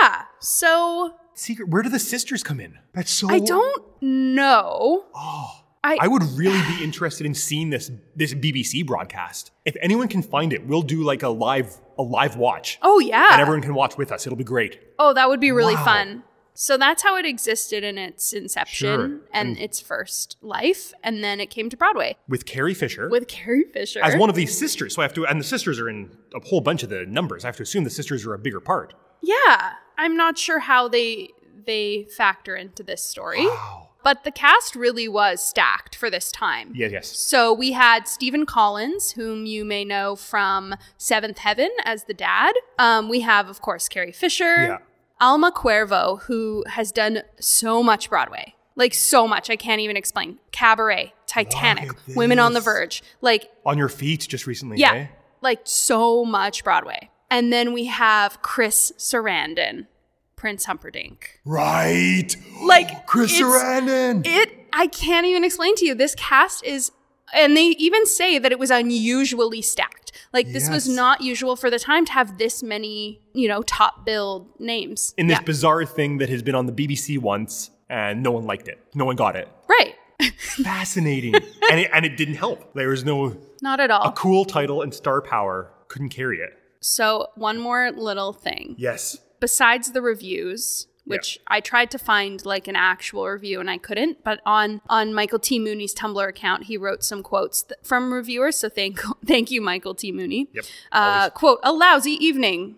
Speaker 2: Yeah. So
Speaker 1: secret where do the sisters come in that's so
Speaker 2: I don't know.
Speaker 1: Oh. I would really be interested in seeing this this BBC broadcast. If anyone can find it, we'll do like a live a live watch,
Speaker 2: Oh yeah.
Speaker 1: and everyone can watch with us. It'll be great.
Speaker 2: Oh, that would be really
Speaker 1: Wow.
Speaker 2: fun. So that's how it existed in its inception
Speaker 1: Sure.
Speaker 2: and its first life, and then it came to Broadway
Speaker 1: With Carrie Fisher
Speaker 2: with Carrie Fisher.
Speaker 1: as one of these sisters. So I have to, and the sisters are in a whole bunch of the numbers. I have to assume the sisters are a bigger part.
Speaker 2: yeah, I'm not sure how they they factor into this story,
Speaker 1: Wow.
Speaker 2: but the cast really was stacked for this time.
Speaker 1: Yes, yes.
Speaker 2: So we had Stephen Collins, whom you may know from Seventh Heaven as the dad. Um, we have, of course, Carrie Fisher.
Speaker 1: Yeah.
Speaker 2: Alma Cuervo, who has done so much Broadway, like so much, I can't even explain. Cabaret, Titanic,
Speaker 1: Look at
Speaker 2: Women on the
Speaker 1: this.
Speaker 2: Verge, like
Speaker 1: On your feet just recently,
Speaker 2: yeah,
Speaker 1: eh?
Speaker 2: like so much Broadway. And then we have Chris Sarandon, Prince Humperdinck.
Speaker 1: Right.
Speaker 2: Like
Speaker 1: Chris
Speaker 2: it's-
Speaker 1: Sarandon.
Speaker 2: It I can't even explain to you. This cast is and they even say that it was unusually stacked. Like this was
Speaker 1: Yes.
Speaker 2: not usual for the time to have this many, you know, top billed names.
Speaker 1: In this
Speaker 2: Yeah.
Speaker 1: bizarre thing that has been on the BBC once and no one liked it. No one got it.
Speaker 2: Right.
Speaker 1: Fascinating. and, it, and it didn't help. There was no
Speaker 2: Not at all.
Speaker 1: a cool title and star power couldn't carry it.
Speaker 2: So, one more little thing.
Speaker 1: Yes.
Speaker 2: Besides the reviews, which I tried to find like an actual review and I couldn't, but on on Michael T Mooney's Tumblr account, he wrote some quotes th- from reviewers, so thank thank you Michael T Mooney.
Speaker 1: Yep.
Speaker 2: Uh, quote, a lousy evening.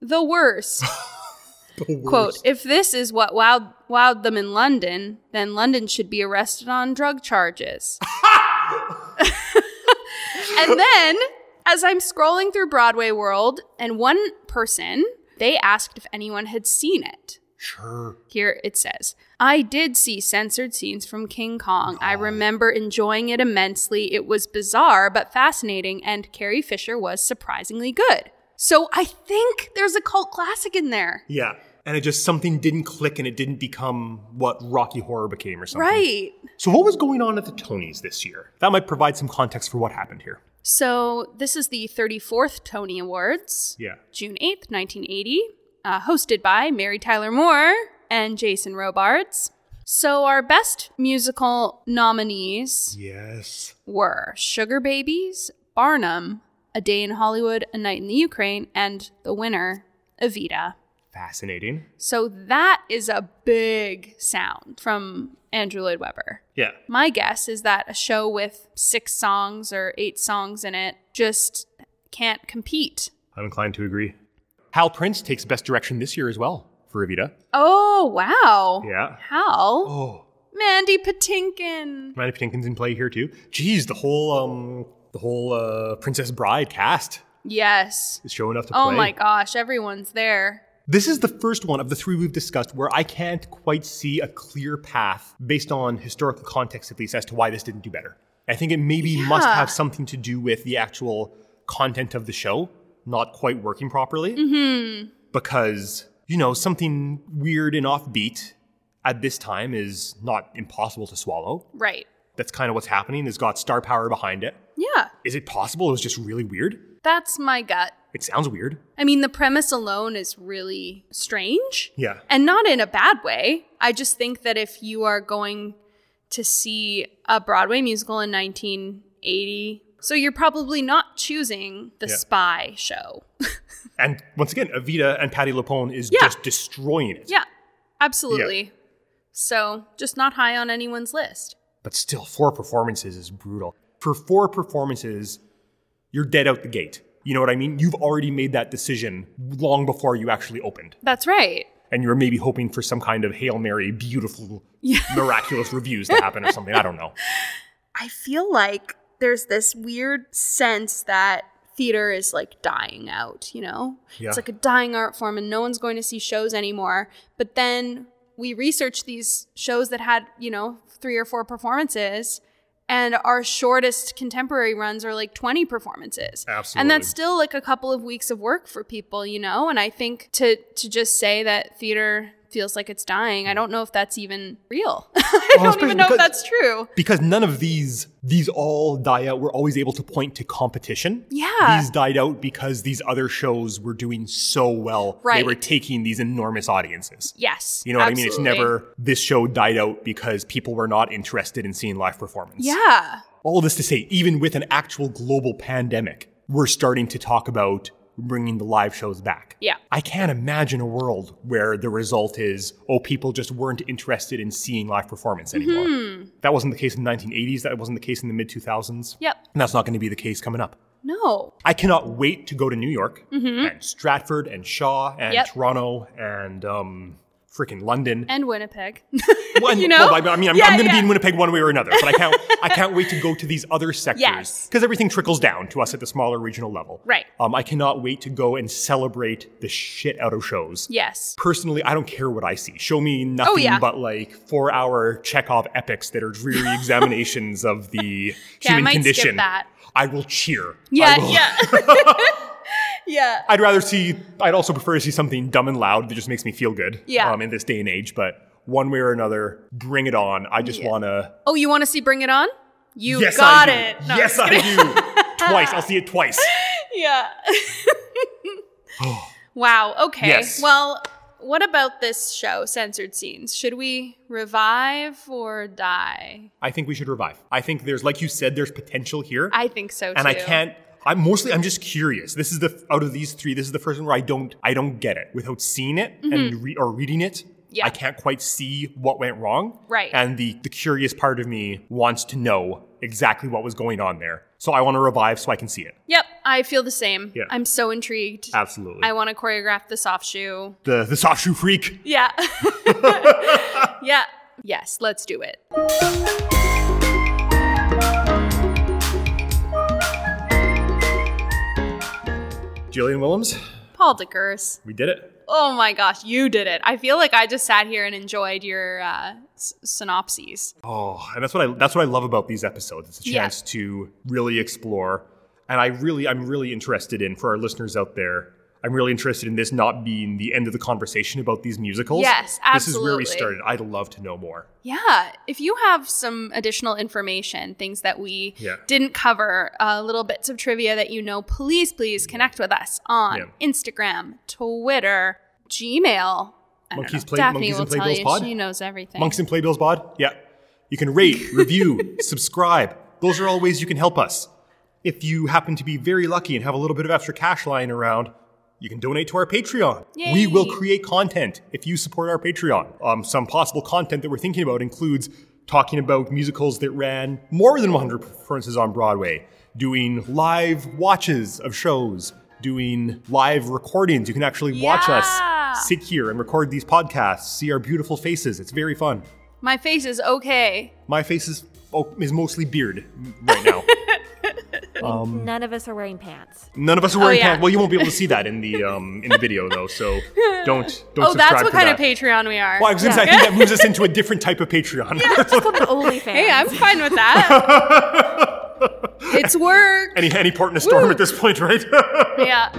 Speaker 2: The worst. Quote, if this is what wowed, wowed them in London, then London should be arrested on drug charges. and then, as I'm scrolling through Broadway World, and one person, they asked if anyone had seen it.
Speaker 1: Sure.
Speaker 2: Here it says, I did see censored scenes from King Kong. I remember enjoying it immensely. It was bizarre but fascinating, and Carrie Fisher was surprisingly good. So I think there's a cult classic in there.
Speaker 1: Yeah. And it just something didn't click and it didn't become what Rocky Horror became or something.
Speaker 2: Right.
Speaker 1: So what was going on at the Tonys this year? That might provide some context for what happened here.
Speaker 2: So this is the 34th Tony Awards,
Speaker 1: Yeah.
Speaker 2: June 8th, 1980, uh, hosted by Mary Tyler Moore and Jason Robards. So our best musical nominees
Speaker 1: Yes.
Speaker 2: were Sugar Babies, Barnum, A Day in Hollywood, A Night in the Ukraine, and the winner, Evita.
Speaker 1: Fascinating.
Speaker 2: So that is a big sound from Andrew Lloyd Webber.
Speaker 1: Yeah.
Speaker 2: My guess is that a show with six songs or eight songs in it just can't compete.
Speaker 1: I'm inclined to agree. Hal Prince takes best direction this year as well for Evita.
Speaker 2: Oh, wow.
Speaker 1: Yeah.
Speaker 2: How?
Speaker 1: Oh.
Speaker 2: Mandy Patinkin.
Speaker 1: Mandy Patinkin's in play here too. Geez, the whole um the whole uh Princess Bride cast
Speaker 2: Yes.
Speaker 1: is showing up to
Speaker 2: Oh
Speaker 1: play.
Speaker 2: my gosh, everyone's there.
Speaker 1: This is the first one of the three we've discussed where I can't quite see a clear path based on historical context, at least, as to why this didn't do better. I think it maybe must have something to do with the actual content of the show not quite working properly. Mm-hmm. Because, you know, something weird and offbeat at this time is not impossible to swallow.
Speaker 2: Right.
Speaker 1: That's kind of what's happening. It's got star power behind it.
Speaker 2: Yeah.
Speaker 1: Is it possible it was just really weird?
Speaker 2: That's my gut.
Speaker 1: It sounds weird.
Speaker 2: I mean, the premise alone is really strange.
Speaker 1: Yeah.
Speaker 2: And not in a bad way. I just think that if you are going to see a Broadway musical in 1980, so you're probably not choosing the
Speaker 1: Yeah.
Speaker 2: spy show.
Speaker 1: And once again, Evita and Patty Lapone is
Speaker 2: Yeah.
Speaker 1: just destroying it.
Speaker 2: yeah, absolutely. So just not high on anyone's list.
Speaker 1: But still, four performances is brutal. For four performances, you're dead out the gate. You know what I mean? You've already made that decision long before you actually opened.
Speaker 2: That's right.
Speaker 1: And you're maybe hoping for some kind of Hail Mary, beautiful, miraculous reviews to happen or something. I don't know.
Speaker 2: I feel like there's this weird sense that theater is like dying out, you know?
Speaker 1: Yeah.
Speaker 2: It's like a dying art form and no one's going to see shows anymore. But then we researched these shows that had, you know, three or four performances and our shortest contemporary runs are like 20 performances. And
Speaker 1: Absolutely.
Speaker 2: that's still like a couple of weeks of work for people, you know? And I think to to just say that theater feels like it's dying, I don't know if that's even real. I
Speaker 1: Hmm. Well,
Speaker 2: don't
Speaker 1: especially
Speaker 2: even know if
Speaker 1: because-
Speaker 2: that's true.
Speaker 1: Because none of these, these all die out. We're always able to point to competition.
Speaker 2: Yeah.
Speaker 1: These died out because these other shows were doing so well. They
Speaker 2: Right.
Speaker 1: were taking these enormous audiences.
Speaker 2: Yes.
Speaker 1: You know what I mean?
Speaker 2: absolutely.
Speaker 1: It's never this show died out because people were not interested in seeing live performance.
Speaker 2: Yeah.
Speaker 1: All this to say, even with an actual global pandemic, we're starting to talk about bringing the live shows back.
Speaker 2: Yeah.
Speaker 1: I can't imagine a world where the result is, oh, people just weren't interested in seeing live performance
Speaker 2: Mm-hmm.
Speaker 1: anymore. That wasn't the case in the 1980s. That wasn't the case in the mid 2000s.
Speaker 2: Yep.
Speaker 1: And that's not going to be the case coming up.
Speaker 2: No.
Speaker 1: I cannot wait to go to New York and Stratford and Shaw and
Speaker 2: Mm-hmm. Yep.
Speaker 1: Toronto and um, freaking London.
Speaker 2: and Winnipeg.
Speaker 1: Well, and-
Speaker 2: you know?
Speaker 1: well, I mean, I'm,
Speaker 2: Yeah,
Speaker 1: I'm going to be
Speaker 2: yeah.
Speaker 1: in Winnipeg one way or another, but I can't. I can't wait to go to these other sectors
Speaker 2: Yes.
Speaker 1: everything trickles down to us at the smaller regional level.
Speaker 2: Right.
Speaker 1: Um, I cannot wait to go and celebrate the shit out of shows.
Speaker 2: yes.
Speaker 1: Personally, I don't care what I see. Show me nothing
Speaker 2: Oh, yeah.
Speaker 1: but like four-hour Chekhov epics that are dreary examinations of the
Speaker 2: Yeah, I
Speaker 1: human
Speaker 2: might skip
Speaker 1: condition.
Speaker 2: that.
Speaker 1: I will cheer.
Speaker 2: Yeah,
Speaker 1: I will-
Speaker 2: yeah. yeah.
Speaker 1: I'd rather see. I'd also prefer to see something dumb and loud that just makes me feel good.
Speaker 2: Yeah.
Speaker 1: Um, in this day and age, but one way or another, bring it on. I just want to.
Speaker 2: Oh, you want to see Bring It On? You
Speaker 1: yes,
Speaker 2: got
Speaker 1: I do.
Speaker 2: it. No,
Speaker 1: yes, I do. Twice. I'll see it twice.
Speaker 2: Yeah. wow. Okay.
Speaker 1: Yes.
Speaker 2: Well, what about this show, Censored Scenes? Should we revive or die?
Speaker 1: I think we should revive. I think there's, like you said, there's potential here,
Speaker 2: I think so too.
Speaker 1: and I can't. I'm mostly. I'm just curious. This is the out of these three. This is the first one where I don't. I don't get it without seeing it and re, or reading it.
Speaker 2: Mm-hmm. Yeah.
Speaker 1: I can't quite see what went wrong.
Speaker 2: Right.
Speaker 1: And the the curious part of me wants to know exactly what was going on there. So I want to revive so I can see it.
Speaker 2: Yep. I feel the same.
Speaker 1: Yeah.
Speaker 2: I'm so intrigued.
Speaker 1: Absolutely.
Speaker 2: I want to choreograph the soft shoe.
Speaker 1: the the soft shoe freak.
Speaker 2: Yeah. yeah. Yes, let's do it.
Speaker 1: Jillian Willems.
Speaker 2: Paul DeGurse.
Speaker 1: We did it.
Speaker 2: Oh my gosh, you did it. I feel like I just sat here and enjoyed your uh, s- synopses.
Speaker 1: Oh, and that's what I that's what I love about these episodes. It's a
Speaker 2: Yeah.
Speaker 1: chance to really explore. And I really I'm really interested in for our listeners out there. I'm really interested in this not being the end of the conversation about these musicals.
Speaker 2: Yes,
Speaker 1: This is where we
Speaker 2: absolutely.
Speaker 1: started. I'd love to know more.
Speaker 2: Yeah. If you have some additional information, things that we
Speaker 1: Yeah.
Speaker 2: didn't cover, uh, little bits of trivia that you know, please, please connect with us on
Speaker 1: Yeah.
Speaker 2: Instagram, Twitter, Gmail. I don't
Speaker 1: Monkeys
Speaker 2: know.
Speaker 1: play-
Speaker 2: Daphne
Speaker 1: monkeys
Speaker 2: will
Speaker 1: and play
Speaker 2: tell
Speaker 1: Bills
Speaker 2: you.
Speaker 1: pod?
Speaker 2: She knows everything.
Speaker 1: Monks and Playbills Bod? Yeah. You can rate, review, subscribe. Those are all ways you can help us. If you happen to be very lucky and have a little bit of extra cash lying around, you can donate to our Patreon. We
Speaker 2: Yay.
Speaker 1: will create content if you support our Patreon. Um, some possible content that we're thinking about includes talking about musicals that ran more than 100 performances on Broadway, doing live watches of shows, doing live recordings. You can actually watch
Speaker 2: Yeah.
Speaker 1: us sit here and record these podcasts, see our beautiful faces. It's very fun.
Speaker 2: My face is okay.
Speaker 1: My face is oh, is mostly beard right now.
Speaker 3: None of us are wearing pants.
Speaker 1: None of us are wearing
Speaker 2: Oh, yeah.
Speaker 1: pants. Well, you won't be able to see that in the um in the video though, so don't don't.
Speaker 2: Oh, that's
Speaker 1: subscribe
Speaker 2: what
Speaker 1: to
Speaker 2: kind
Speaker 1: that.
Speaker 2: of Patreon we are.
Speaker 1: Well, I was gonna say I think that moves us into a different type of Patreon.
Speaker 3: But only fans.
Speaker 2: hey, I'm fine with that. it's work.
Speaker 1: any any port in a storm at this point, right?
Speaker 2: yeah.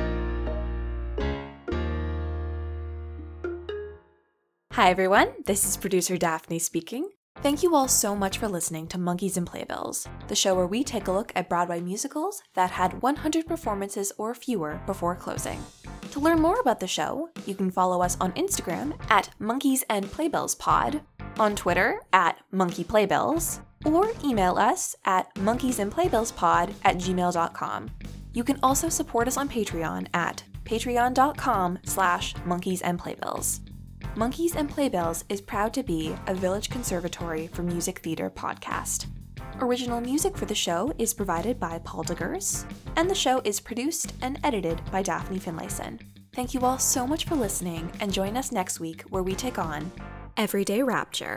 Speaker 4: Hi, everyone. This is producer Daphne speaking. Thank you all so much for listening to Monkeys and Playbills, the show where we take a look at Broadway musicals that had 100 performances or fewer before closing. To learn more about the show, you can follow us on Instagram at Monkeys and Playbills Pod, on Twitter at Monkey Playbills, or email us at monkeysandplaybillspod at gmail.com. You can also support us on Patreon at patreon.com slash monkeys and playbills. Monkeys and Playbills is proud to be a Village Conservatory for Music Theatre podcast. Original music for the show is provided by Paul DeGers, and the show is produced and edited by Daphne Finlayson. Thank you all so much for listening, and join us next week where we take on Everyday Rapture.